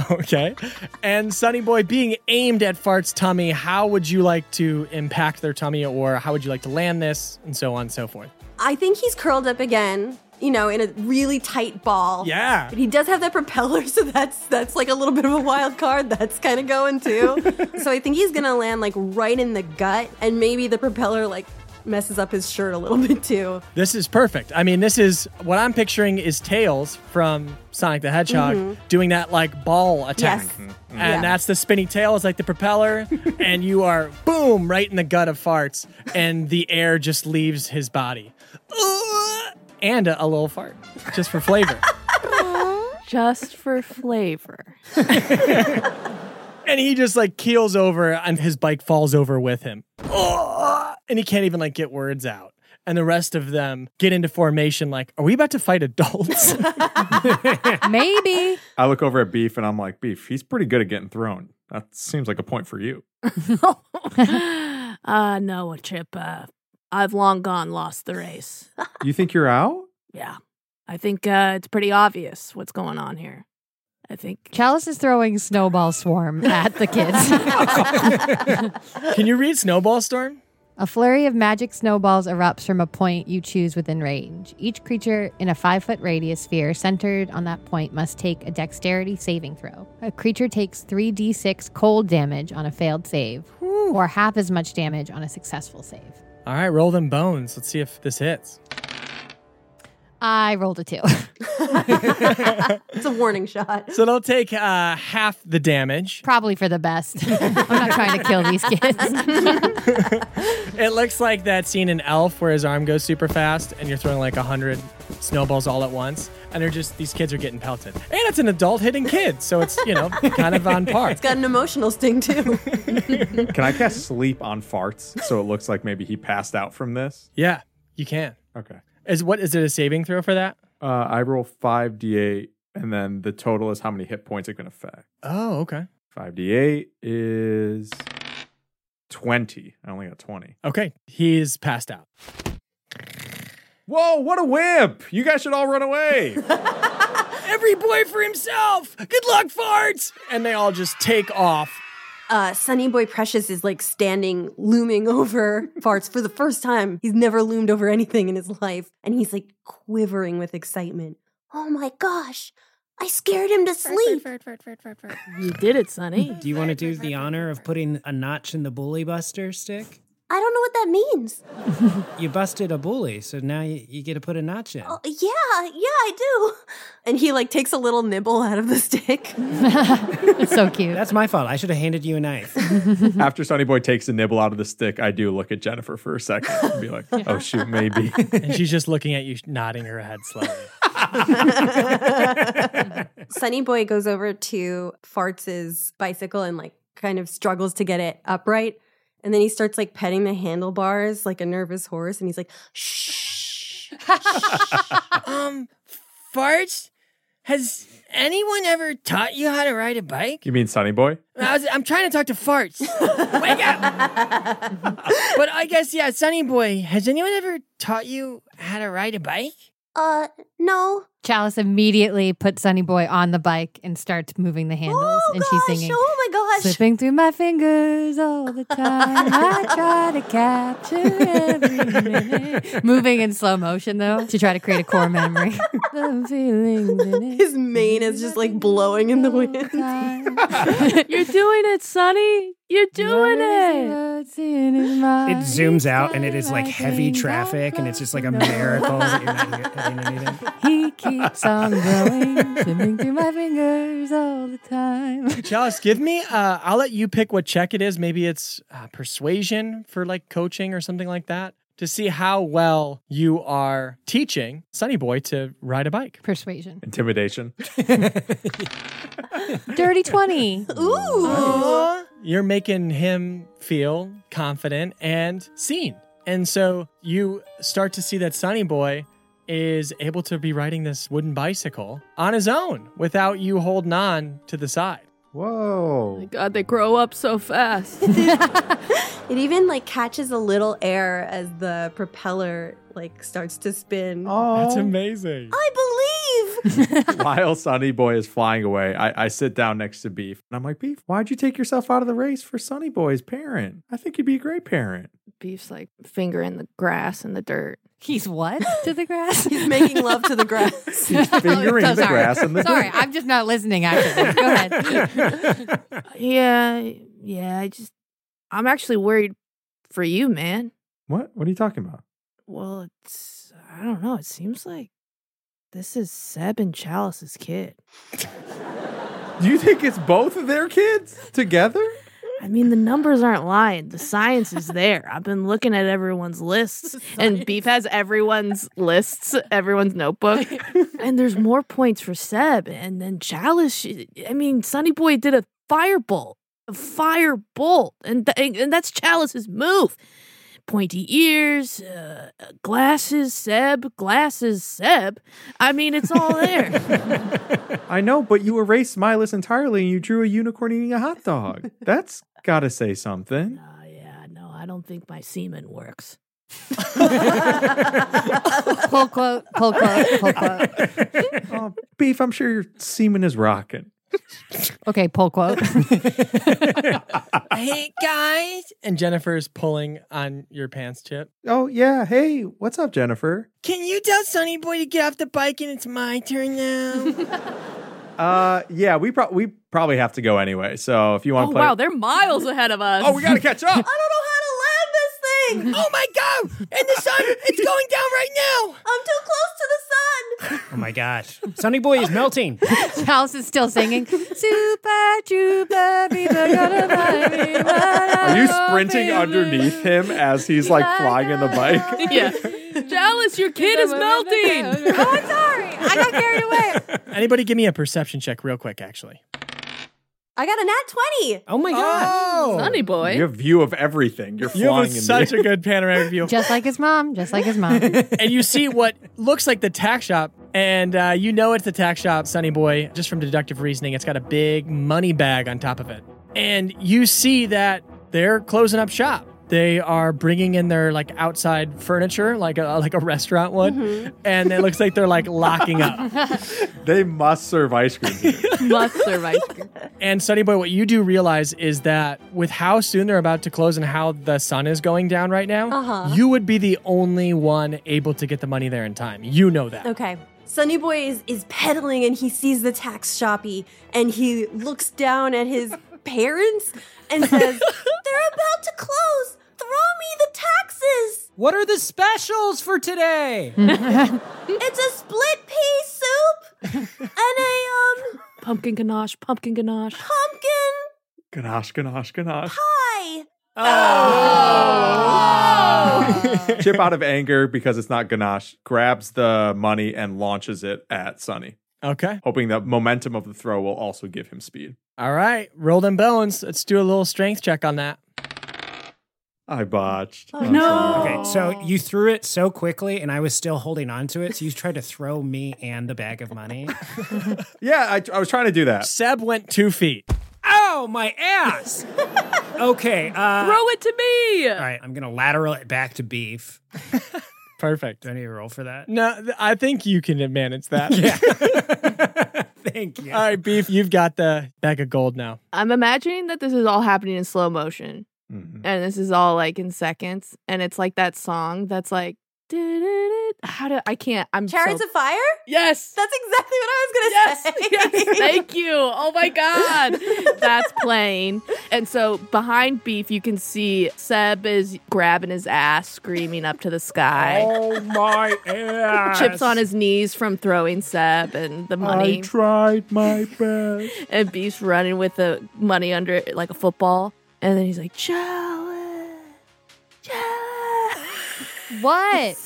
S2: okay. And Sunny Boy, being aimed at Fart's tummy, how would you like to impact their tummy, or how would you like to land this, and so on and so forth?
S3: I think he's curled up again, you know, in a really tight ball.
S2: Yeah.
S3: But he does have that propeller, so that's that's like a little bit of a wild card. That's kind of going too. so I think he's gonna land like right in the gut, and maybe the propeller like messes up his shirt a little bit too.
S2: This is perfect. I mean, this is what I'm picturing is Tails from Sonic the Hedgehog
S3: Mhm.
S2: doing that like ball attack.
S3: Yes. Mhm.
S11: Mm.
S2: And
S3: Yeah.
S2: that's the spinny tail is like the propeller, and you are boom right in the gut of farts, and the air just leaves his body. Uh, And a, a little fart just for flavor.
S5: Just for flavor.
S2: and he just like keels over, and his bike falls over with him. Uh, And he can't even like get words out. And the rest of them get into formation like, are we about to fight adults?
S4: Maybe.
S7: I look over at Beef and I'm like, Beef, he's pretty good at getting thrown. That seems like a point for you.
S5: Uh, no, Chip. Uh, I've long gone lost the race.
S7: You think you're out?
S5: Yeah. I think uh, it's pretty obvious what's going on here. I think
S4: Chalice is throwing snowball swarm [LAUGHS] at the [LAUGHS] kids.
S2: [LAUGHS] Can you read Snowball Storm?
S4: A flurry of magic snowballs erupts from a point you choose within range. Each creature in a five foot radius sphere centered on that point must take a dexterity saving throw. A creature takes 3d6 cold damage on a failed save, or half as much damage on a successful save.
S2: All right, roll them bones. Let's see if this hits.
S4: I rolled a two.
S3: it's a warning shot.
S2: So they'll take uh, half the damage.
S4: Probably for the best. I'm not trying to kill
S5: [LAUGHS]
S4: these kids.
S2: It looks like that scene in Elf where his arm goes super fast and you're throwing like a 100 snowballs all at once. And they're just, these kids are getting pelted. And it's an adult hitting kids. So it's, you
S3: [LAUGHS]
S2: know, kind of on par.
S3: It's got an emotional sting too.
S7: Can I cast sleep on farts so it looks like maybe he passed out from this?
S2: Yeah, you can.
S7: Okay.
S2: Is what is it a saving throw for that?
S7: Uh, I roll 5d8, and then the total is how many hit points it can affect.
S2: Oh, okay.
S7: 5d8 is 20. I only got 20.
S2: Okay. He's passed out.
S7: Whoa, what a wimp! You guys should all run [LAUGHS] away.
S2: Every boy for himself. Good luck, farts. And they all just take off.
S3: [LAUGHS] Uh, Sunny Boy Precious is like standing, looming over farts for the first time. He's never loomed over anything in his life, and he's like quivering with excitement.
S10: Oh my gosh. I scared him to sleep.
S5: [LAUGHS] you did it, Sonny.
S13: Do you want to do the honor of putting a notch in the bully buster stick?
S10: I don't know what that means.
S13: You busted a bully, so now you, you get to put a notch in.
S10: Oh,
S3: "Uh,
S10: yeah, yeah, I do.
S3: And he like takes a little nibble out of the stick.
S4: so cute.
S13: That's my fault. I should have handed you a knife.
S7: After Sonny Boy takes a nibble out of the stick, I do look at Jennifer for a second and be like, [LAUGHS] oh, shoot, maybe.
S2: And she's just looking at you, nodding her head slowly.
S3: [LAUGHS] [LAUGHS] Sunny Boy goes over to Farts' bicycle and like kind of struggles to get it upright. And then he starts like petting the handlebars like a nervous horse. And he's like,
S11: um, farts. Has anyone ever taught you how to ride a bike?
S7: You mean Sonny Boy?
S11: I was, I'm trying to talk to
S4: [LAUGHS]
S11: farts. Wake up! but I guess yeah, Sonny Boy. Has anyone ever taught you how to ride a bike?
S10: Uh, no.
S4: Chalice immediately puts Sunny Boy on the bike and starts moving the handles, and she's singing,
S10: Oh my gosh.
S4: "Slipping through my fingers all the
S5: [LAUGHS]
S4: time, I try to capture every minute." [LAUGHS] Moving in slow motion though, to try to create a core memory.
S5: [LAUGHS]
S3: His mane is just like blowing in the wind.
S5: [LAUGHS] You're doing it, Sonny. You're doing it.
S4: It
S13: zooms out and it is like heavy traffic, and it's just like a miracle that you're not hear- hearing anything.
S4: [LAUGHS] He keeps on blowing, slipping through my fingers all the time.
S2: Chalice, give me. Uh, I'll let you pick what check it is. Maybe it's uh, persuasion for like coaching or something like that to see how well you are teaching Sunny Boy to ride a bike.
S4: Persuasion.
S7: Intimidation.
S4: Dirty 20.
S10: Ooh.
S2: You're making him feel confident and seen. And so you start to see that Sunny Boy is able to be riding this wooden bicycle on his own without you holding on to the side.
S7: Whoa.
S5: God, they grow up so fast.
S3: [LAUGHS] It even like catches a little air as the propeller like starts to spin.
S7: Oh, That's amazing.
S10: I believe.
S7: While Sonny Boy is flying away, I, I sit down next to Beef and I'm like, Beef, why'd you take yourself out of the race for Sonny Boy's parent? I think you'd be a great parent.
S5: Beef's like finger in the grass and the dirt.
S4: He's
S5: [LAUGHS]
S4: what to the grass? [LAUGHS]
S3: He's making love to the grass.
S5: He's fingering the grass in the dirt.
S4: Sorry, I'm just not listening. Actually, go ahead.
S7: [LAUGHS]
S5: [LAUGHS] Yeah, yeah. I just, I'm actually worried for you, man.
S7: What? What are you talking about?
S5: Well, it's, I don't know. It seems like this is Seb and Chalice's kid.
S7: [LAUGHS] Do you think it's both of their kids together?
S5: [LAUGHS] I mean, the numbers aren't lying. The science is there. I've been looking at everyone's lists, and Beef has everyone's lists, everyone's notebook. and there's more points for Seb. And then Chalice, she, I mean, Sonny Boy did a firebolt, a firebolt. And, th- and that's Chalice's move. Pointy ears, uh, glasses, Seb, glasses, Seb. I mean, it's all there.
S7: [LAUGHS] I know, but you erased my list entirely and you drew a unicorn eating a hot [LAUGHS] dog. That's gotta say something.
S5: no, I don't think my semen [LAUGHS] works.
S4: [LAUGHS] Pull quote, pull quote, pull quote.
S7: [LAUGHS]
S5: [LAUGHS]
S7: Oh, Beef, I'm sure your semen is rocking.
S4: Okay, pull quote.
S2: hey guys. And Jennifer's pulling on your pants, Chip.
S7: [LAUGHS] Oh, yeah. Hey, what's up, Jennifer?
S11: Can you tell Sonny Boy to get off the bike and it's my turn now?
S5: Oh,
S7: Uh, yeah, we, pro- we probably have to go anyway. So if you want to
S5: Oh,
S7: play.
S5: wow, they're miles ahead of us.
S7: Oh, we gotta catch up.
S11: I don't know how to land this thing. oh my god! And the sun, it's going down right now.
S10: I'm too close to the sun.
S13: Oh my gosh. Sonny Boy is melting.
S4: Chalice is still singing. Super trooper, people gonna find me when I
S7: Are you
S4: don't
S7: sprinting
S4: feel
S7: underneath him as he's like flying in the bike? [LAUGHS]
S5: yeah. Chalice, your kid is melting.
S2: Anybody give me a perception check real quick, actually.
S10: I got a nat 20.
S13: Oh my
S2: gosh.
S5: Sonny boy.
S7: You have view of everything. You're
S2: You have
S7: flying in
S2: such
S7: the-
S2: a good panoramic view.
S4: Just like his mom, just like his mom.
S2: [LAUGHS] and you see what looks like the tack shop, and uh, you know it's the tack shop, Sonny Boy, just from deductive reasoning. It's got a big money bag on top of it. And you see that they're closing up shop. They are bringing in their like outside furniture, like a like a restaurant would, and it looks like they're like locking up.
S7: [LAUGHS] They must serve ice cream. here.
S5: Must serve ice cream.
S2: [LAUGHS] And Sunny Boy, what you do realize is that with how soon they're about to close and how the sun is going down right now,
S3: Uh-huh.
S2: you would be the only one able to get the money there in time. You know that.
S3: Okay. Sunny Boy is, is pedaling and he sees the tax shoppy and he looks down
S12: [LAUGHS]
S3: at his parents and says,
S10: They're about to close. Throw me the taxes.
S12: What are the specials for
S5: [LAUGHS]
S12: today?
S10: It's a split pea soup and a um
S5: Pumpkin ganache, pumpkin ganache.
S10: pumpkin
S7: Ganache, ganache, ganache.
S10: pie.
S12: Oh.
S7: Chip out of anger because it's not ganache, grabs the money and launches it at Sonny,
S2: Okay.
S7: hoping that momentum of the throw will also give him speed.
S2: All right, roll them bones. Let's do a little strength check on that.
S7: I botched.
S10: Oh,
S7: I'm
S10: no.
S7: sorry.
S13: Okay, so you threw it so quickly, and I was still holding on to it. So you tried to throw me and the bag of money.
S7: [LAUGHS] Yeah, I, I was trying to do that.
S2: Seb went two feet.
S13: Ow, my
S5: [LAUGHS]
S13: ass! Okay, uh,
S5: Throw it to me.
S7: [LAUGHS]
S13: all right, I'm gonna lateral it back to beef.
S2: Perfect.
S13: Do I need to roll for that?
S2: No, th- I think you can manage [LAUGHS] that. yeah. [LAUGHS]
S13: Thank you.
S2: All right, Beef, you've got the bag of gold now.
S5: I'm imagining that this is all happening in slow motion.
S13: Mm-hmm.
S5: And this is all like in seconds. And it's like that song that's like, "Du-du-du-du." how do I can't? I'm
S3: Chariots
S5: [LAUGHS] so,
S3: of Fire?
S5: Yes.
S3: That's exactly what I was going to say.
S5: [LAUGHS]
S10: [LAUGHS]
S5: yes, thank you. Oh my god,
S3: [LAUGHS]
S5: that's playing. And so behind Beef, you can see Seb is grabbing his ass, screaming up to the sky.
S13: Oh my ass!
S5: Chips on his knees from throwing Seb and the money.
S13: I tried
S5: [LAUGHS]
S13: my best.
S5: and Beef's running with the money under it like a football. And then he's like, Challenge!
S4: [LAUGHS] What?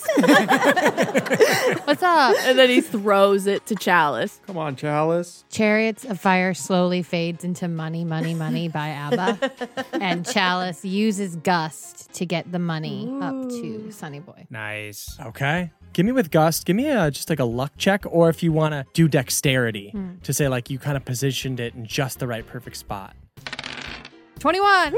S4: What's up?
S5: And then he throws it to Chalice.
S7: Come on, Chalice.
S4: Chariots of Fire slowly fades into Money, Money, Money by ABBA. and Chalice uses Gust to get the money up to Sunny Boy.
S13: Nice.
S2: Okay. Give me with gust. Give me a, just like a luck check, or if you want to do dexterity
S4: Hmm.
S2: to say like you kind of positioned it in just the right perfect spot.
S4: 21.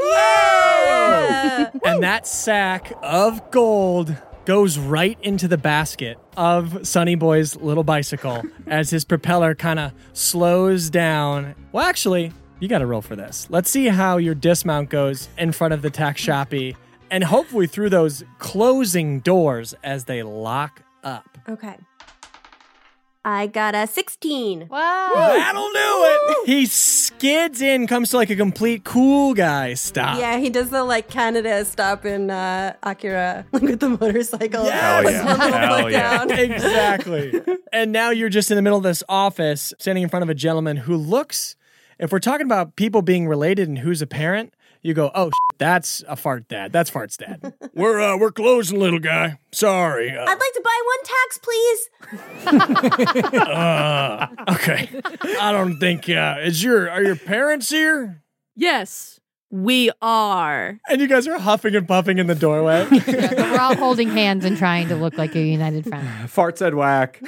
S2: and that sack of gold goes right into the basket of Sonny Boy's little bicycle as his propeller kind of slows down. Well, actually, you got to roll for this. Let's see how your dismount goes in front of the tax shoppy and hopefully through those closing doors as they lock up.
S3: Okay. I got a 16.
S4: Wow.
S2: That'll do it. He skids in, comes to like a complete cool guy stop.
S3: Yeah, he does the like Canada stop in uh, Akira, like [LAUGHS] with the motorcycle.
S2: Yes!
S3: One little foot down.
S2: exactly. And now you're just in the middle of this office, standing in front of a gentleman who looks. If we're talking about people being related and who's a parent, you go, "Oh, shit, that's a fart dad. That's fart's dad." we're uh, we're closing, little guy. Sorry.
S10: I'd like to buy one tax, please.
S2: uh, okay. I don't think uh, is your are your parents here?
S5: Yes, we are.
S2: And you guys are huffing and puffing in the
S5: [LAUGHS]
S2: doorway.
S4: We're all holding hands and trying to look like a united front.
S7: Fart said whack.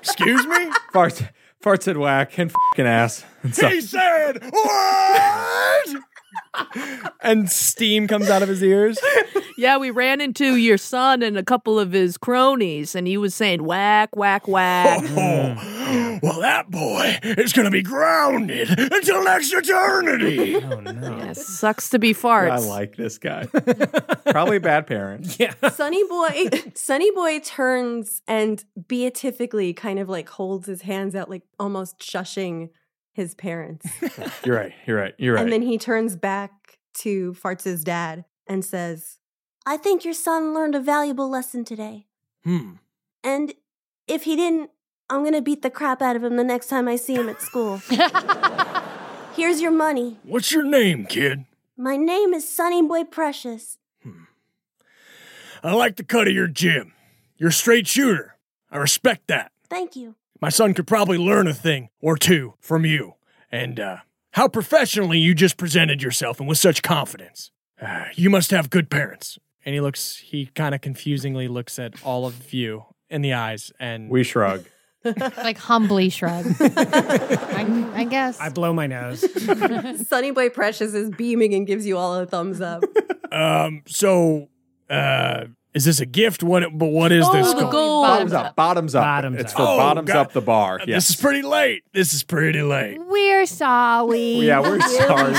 S2: Excuse me?
S7: Fart, fart said whack and fucking ass. And, so-
S2: He said, "What?" and steam comes out of his ears.
S5: Yeah, we ran into your son and a couple of his cronies, and he was saying whack, whack, whack.
S2: [LAUGHS] Oh, well, that boy is going to be grounded until next eternity.
S5: sucks to be farts.
S7: I like
S2: [LAUGHS]
S7: this guy. Probably a bad parent. Yeah.
S3: Sunny Boy Sunny Boy turns and beatifically kind of like holds his hands out, like almost shushing his parents.
S7: You're right. You're right. You're right.
S3: And then he turns back to Farts' dad and says,
S10: I think your son learned a valuable lesson today.
S2: Hmm.
S10: And if he didn't, I'm going to beat the crap out of him the next time I see him at
S5: [LAUGHS]
S10: school. Here's your money.
S2: What's your name, kid?
S10: My name is Sonny Boy Precious.
S2: I like the cut of your jib. You're a straight shooter. I respect that.
S10: Thank you.
S2: My son could probably learn a thing or two from you. And uh, how professionally you just presented yourself and with such confidence. Uh, you must have good parents. And he looks, he kind of confusingly looks at all of you in the eyes and.
S7: we shrug.
S4: like humbly shrug.
S5: [LAUGHS]
S4: I, I guess.
S13: I blow my nose.
S3: Sunny Boy Precious is beaming and gives you all a thumbs up.
S2: [LAUGHS] Um. So, uh, is this a gift? What? But what is this?
S5: Oh, the
S2: called?
S5: gold.
S7: Bottoms up. Bottoms up.
S13: Bottoms
S7: it's
S13: up.
S7: for
S2: Oh,
S7: bottoms
S2: God.
S7: up the bar.
S2: This
S7: Yes.
S2: is pretty late. This is pretty late.
S4: We're sorry.
S7: yeah, we're sorry.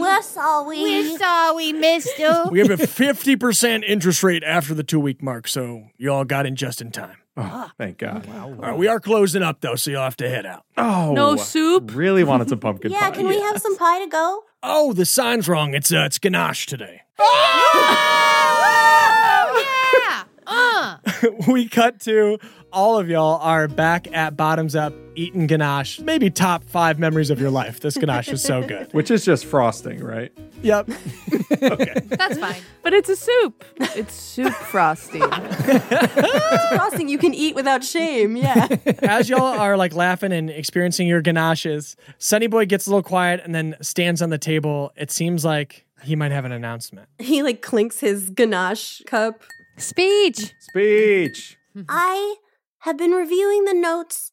S10: We're sorry.
S4: We're sorry, mister.
S2: We have a fifty percent interest rate after the two week mark, so you all got in just in time.
S7: Oh, thank God.
S2: All right, we are closing up though, so you'll have to head out.
S7: Oh,
S5: No soup?
S7: Really wanted some pumpkin
S10: [LAUGHS] yeah,
S7: pie.
S10: can we have some pie to go?
S2: Oh, the sign's wrong. It's uh, it's ganache today.
S4: yeah. Uh.
S2: [LAUGHS] we cut to all of y'all are back at bottoms up eating ganache. Maybe top five memories of your life. This ganache is so good.
S7: [LAUGHS] Which is just frosting, right?
S2: Yep. [LAUGHS]
S4: That's fine.
S5: But it's a soup. [LAUGHS] It's soup
S3: [LAUGHS]
S5: frosting.
S3: Frosting you can eat without shame. Yeah.
S2: As y'all are like laughing and experiencing your ganaches, Sunny Boy gets a little quiet and then stands on the table. It seems like he might have an announcement.
S3: He like clinks his ganache cup.
S4: Speech.
S7: Speech.
S10: I have been reviewing the notes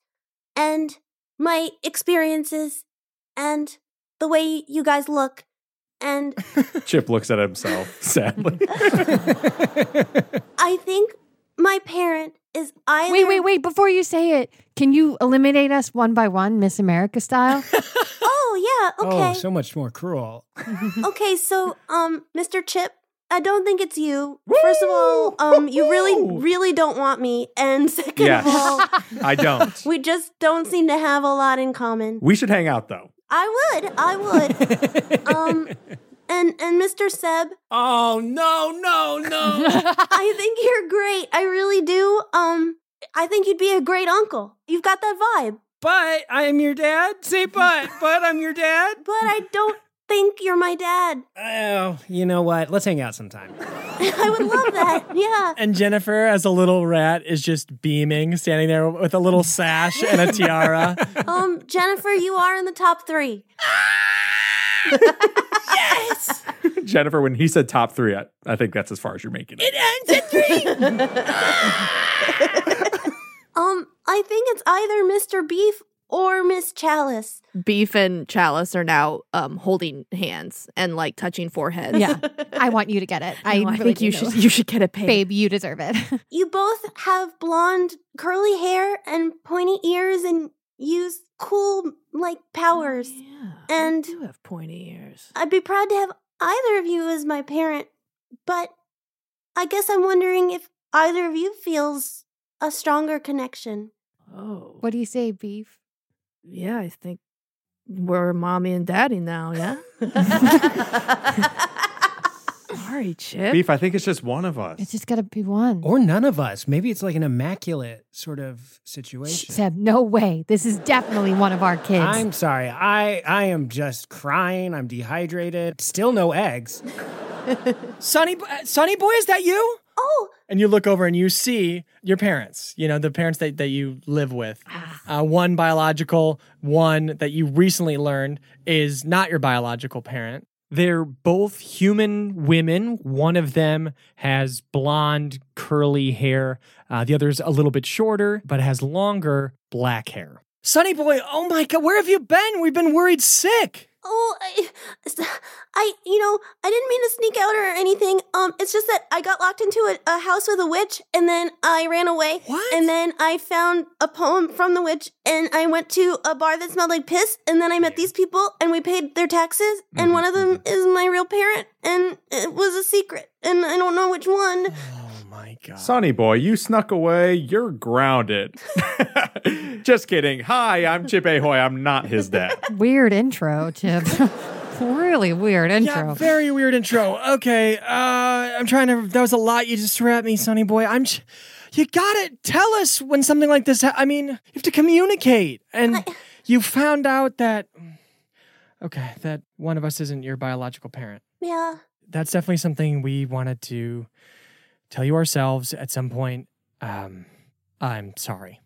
S10: and my experiences and the way you guys look, And
S7: Chip looks at himself sadly.
S10: I think my
S7: [LAUGHS]
S10: parent is either.
S4: Wait, wait, wait. Before you say it, can you eliminate us one by one, Miss America style?
S10: Oh, yeah. Okay.
S13: Oh, so much more cruel.
S10: okay, so um, Mr. Chip, I don't think it's you. First of all, um, you really, really don't want me, and second
S7: Yes.
S10: of all,
S7: I don't.
S10: [LAUGHS] we just don't seem to have a lot in common.
S7: We should hang out though.
S10: I would, I would. um, and and Mr. Seb.
S12: Oh no, no, no!
S10: I think you're great. I really do. Um, I think you'd be a great uncle. You've got that vibe.
S13: But I am your dad. Say but, but I'm your dad.
S10: But I don't think you're my dad.
S13: Oh, you know what? Let's hang out sometime.
S10: I would love that. Yeah.
S2: And Jennifer, as a little rat, is just beaming, standing there with a little sash and a tiara.
S10: [LAUGHS] Um, Jennifer, you are in the top three. yes.
S7: Jennifer, when he said top three, I, I think that's as far as you're making it.
S10: [LAUGHS] Um, I think it's either Mr. Beef or Miss Chalice.
S5: Beef and Chalice are now um, holding hands and like touching foreheads.
S4: yeah. I want you to get it. I,
S5: No, I
S4: really
S5: think you
S4: do.
S5: should- you should get it paid.
S4: Babe, you deserve it.
S10: You both have blonde, curly hair and pointy ears and use cool, like, powers.
S5: Oh,
S10: and
S5: You have pointy ears.
S10: I'd be proud to have either of you as my parent, but I guess I'm wondering if either of you feels a stronger connection.
S5: Oh.
S4: What do you say, Beef?
S5: Yeah, I think we're mommy and daddy now. Yeah. [LAUGHS] Sorry, Chip.
S7: Beef, I think it's just one of us.
S4: It's just got to be one.
S13: Or none of us. Maybe it's like an immaculate sort of situation.
S4: Seb, no way. This is definitely one of our kids.
S13: I'm sorry. I I am just crying. I'm dehydrated. Still no
S4: [LAUGHS]
S13: eggs.
S2: Sonny, uh, Sonny boy, is that you?
S10: Oh,
S2: And you look over and you see your parents, you know, the parents that, that you live with. Uh, one biological, one that you recently learned is not your biological parent.
S8: They're both human women. One of them has blonde, curly hair. Uh, the other's a little bit shorter, but has longer black hair.
S2: Sonny boy, oh my God, where have you been? We've been
S5: [LAUGHS]
S2: worried sick.
S10: Oh, I, I, you know, I didn't mean to sneak out or anything. Um, it's just that I got locked into a, a house with a witch, and then I ran away. What? And then I found a poem from the witch, and I went to a bar that smelled like piss, and then I met these people, and we paid their taxes, and one of them is my real parent, and it was a secret, and I don't know which one.
S7: Sonny boy, you snuck away. You're grounded. [LAUGHS] just kidding. Hi, I'm Chip Ahoy. I'm not his [LAUGHS] dad.
S4: Weird
S2: [LAUGHS]
S4: intro, Chip. really weird intro.
S2: Yeah, very weird intro. Okay, uh, I'm trying to. That was a lot you just threw at me, Sonny boy. I'm. j- You gotta tell us when something like this. Ha- I mean, you have to communicate, and you found out that. Okay, that one of us isn't your biological parent.
S10: Yeah.
S2: That's definitely something we wanted to tell you ourselves at some point. Um, I'm sorry.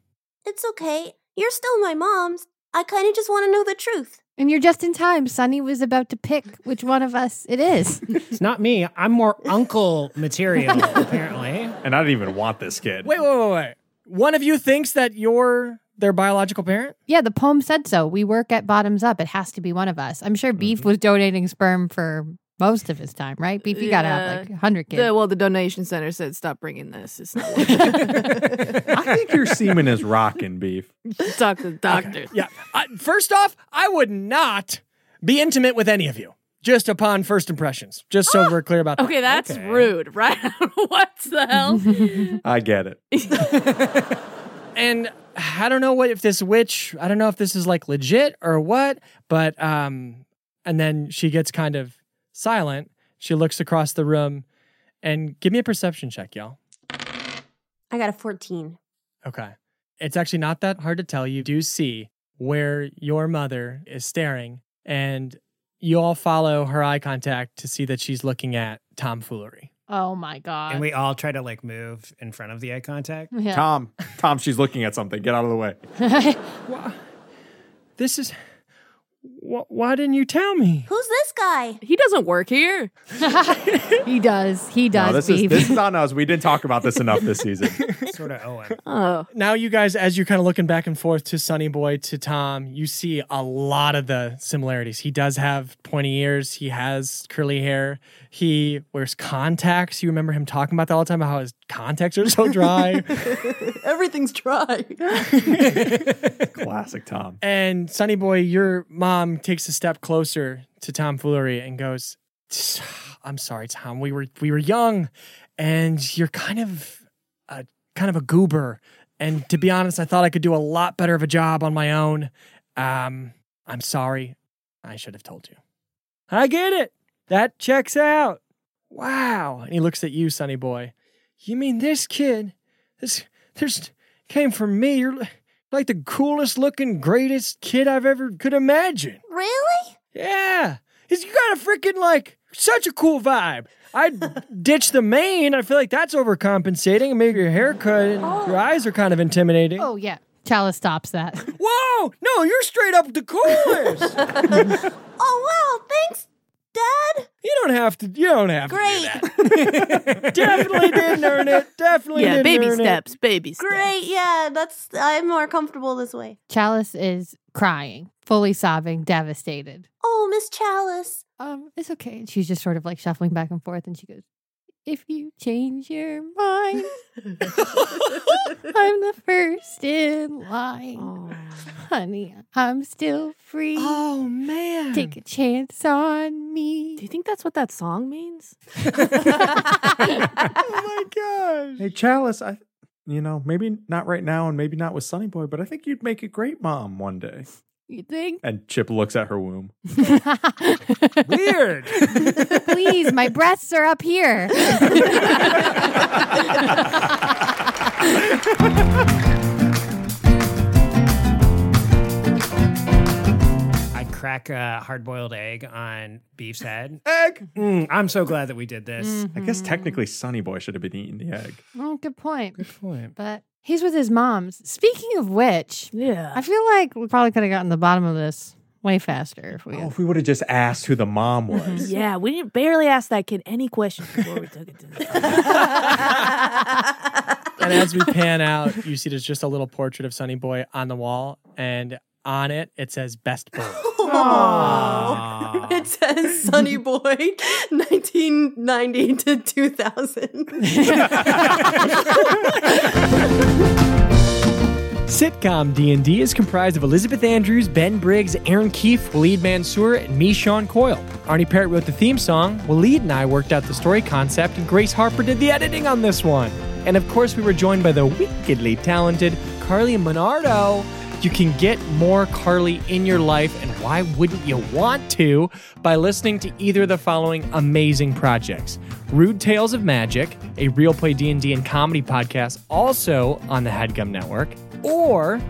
S10: It's okay. You're still my mom's. I kind of just want to know the truth.
S4: and you're just in time. Sonny was about to pick which one of us it is.
S13: It's not me. I'm more uncle
S4: [LAUGHS]
S13: material, apparently.
S7: And I didn't even want this kid.
S2: Wait, wait, wait, wait. One of you thinks that you're their biological parent.
S4: yeah, the poem said so. We work at Bottoms Up. It has to be one of us. I'm sure Beef
S2: Mm-hmm.
S4: was donating sperm for most of his time, right? Beef, you got to
S5: Yeah.
S4: have like 100 kids.
S5: The, well, the donation center said stop bringing this. It's not [LAUGHS]
S7: I think your semen is rocking, Beef.
S5: talk to the doctor.
S2: Yeah. I, first off, I would not be intimate with any of you. Just upon first impressions. Just so we're clear about that.
S5: [LAUGHS] Okay, that's rude, right? [LAUGHS] what the hell?
S4: [LAUGHS]
S5: [LAUGHS]
S7: I get it.
S2: And I don't know what if this witch, I don't know if this is like legit or what, but um and then she gets kind of silent. She looks across the room and give me a perception check, y'all.
S3: I got
S15: [LAUGHS]
S3: a 14.
S2: Okay. It's actually not that hard to tell. You do see where your mother is staring, and you all follow her eye contact to see that she's looking at tomfoolery.
S4: oh my God.
S13: And we all try to like move in front of the eye contact.
S4: Yeah.
S7: Tom,
S13: [LAUGHS]
S5: [LAUGHS]
S7: Tom, she's looking at something. Get out of the way.
S2: This is Wh- why didn't you tell me?
S10: Who's this guy?
S5: He doesn't work
S2: [LAUGHS]
S5: here.
S4: he does. He
S7: No,
S4: does.
S7: this is
S4: Beeb.
S7: this is on us. We didn't talk about this enough this season.
S13: sort of owe him.
S5: Oh.
S2: Now, you guys, as you're kind of looking back and forth to Sonny Boy, to Tom, you see a lot of the similarities. He does have pointy ears. He has curly hair. He wears contacts. You remember him talking about that all the time, how his contacts are so
S7: [LAUGHS]
S2: dry.
S15: Everything's dry.
S7: Classic Tom.
S2: and Sonny Boy, your mom takes a step closer to Tom Foolery and goes, I'm sorry, Tom. We were we were young and you're kind of a kind of a goober. And to be honest, I thought I could do a lot better of a job on my own. Um, I'm sorry. I should have told you. I get it. That checks out. Wow. And he looks at you, Sonny boy. You mean this kid? This this came from me. You're li- like the coolest looking, greatest kid I've ever could imagine.
S10: Really?
S2: Yeah. It's, you got a freaking like such a cool vibe.
S4: [LAUGHS]
S2: I'd ditch the mane. I feel like that's overcompensating. Maybe your haircut and your eyes are kind of intimidating.
S4: Oh yeah. Oh. Chalice stops that.
S2: Whoa! No, you're straight up the coolest.
S10: Oh wow! Thanks, Dad.
S2: You don't have to. You don't have
S10: Great. [LAUGHS]
S2: to. Definitely
S11: [LAUGHS]
S2: didn't earn it. Definitely
S5: Yeah,
S2: didn't
S5: baby
S2: earn it.
S5: steps, baby steps.
S10: Great. Yeah, that's. I'm more comfortable this way.
S4: Chalice is crying, fully sobbing, devastated.
S10: Oh, Miss Chalice.
S4: Um, it's okay. And she's just sort of like shuffling back and forth, and she goes, "If you [LAUGHS] change your
S5: [LAUGHS]
S4: mind, [LAUGHS] I'm the first in line, honey. I'm still free.
S2: Oh man,
S4: take a chance on me."
S5: Do you think that's what that song means?
S2: oh my
S7: Hey, Chalice, I, you know, maybe not right now and maybe not with Sunny Boy, but I think you'd make a great mom one day.
S4: You think?
S7: And Chip looks at her womb.
S2: Weird.
S4: [LAUGHS] Please, my breasts are up here.
S13: I crack a hard boiled egg on beef's head. Egg. I'm so glad that we did this.
S4: Mm-hmm.
S7: I guess technically Sunny Boy should have been eating the egg.
S4: Oh, good point. Good
S13: point.
S4: But he's with his moms. Speaking of which, yeah, I feel like we probably could have gotten to the bottom of this way faster if we.
S7: Oh, if we would have just asked who the mom was.
S4: Mm-hmm.
S5: yeah, we didn't barely ask that kid any questions before we took it to
S2: And as we pan out, you see there's just a little portrait of Sonny Boy on the wall, and on it it says "Best Boy."
S15: It says Sunny Boy, [LAUGHS] 1990 to 2000.
S2: Sitcom D&D is comprised of Elizabeth Andrews, Ben Briggs, Aaron Keefe, Waleed Mansour, and me, Sean Coyle. Arnie Parrott wrote the theme song, Waleed and I worked out the story concept, and Grace Harper did the editing on this one. And of course, we were joined by the wickedly talented Carly Monardo. You can get more Carly in your life, and why wouldn't you want to, by listening to either of the following amazing projects. Rude Tales of Magic, a real play D&D and comedy podcast also on the Headgum Network or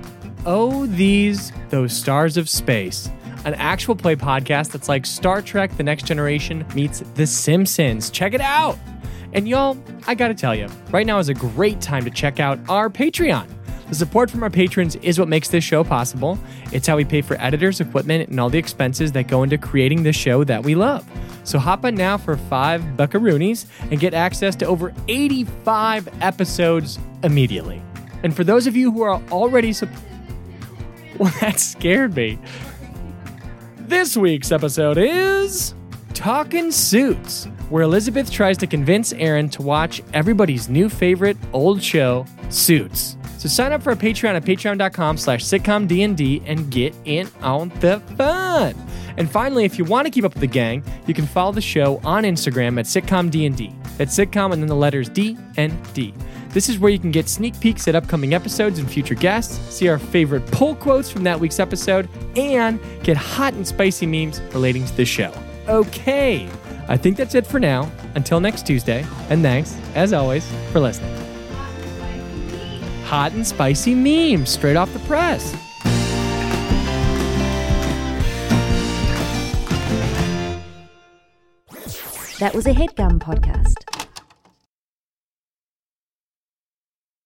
S2: Oh These Those Stars of Space, an actual play podcast that's like Star Trek The Next Generation meets The Simpsons. Check it out. And y'all, I gotta tell you, right now is a great time to check out our Patreon. The support from our patrons is what makes this show possible. It's how we pay for editors, equipment, and all the expenses that go into creating the show that we love. So hop on now for five buckaroonies and get access to over 85 episodes immediately. And for those of you who are already sup- [LAUGHS] well, that scared me. This week's episode is Talkin' Suits, where Elizabeth tries to convince Aaron to watch everybody's new favorite old show, Suits. So sign up for a Patreon at patreon.com slash sitcomdnd and get in on the fun. And finally, if you want to keep up with the gang, you can follow the show on Instagram at sitcomdnd. That's sitcom and then the letters D and D. This is where you can get sneak peeks at upcoming episodes and future guests, see our favorite pull quotes from that week's episode, and get hot and spicy memes relating to the show. Okay, I think that's it for now. Until next Tuesday, and thanks, as always, for listening. Hot and spicy memes straight off the press.
S16: That was a headgum podcast.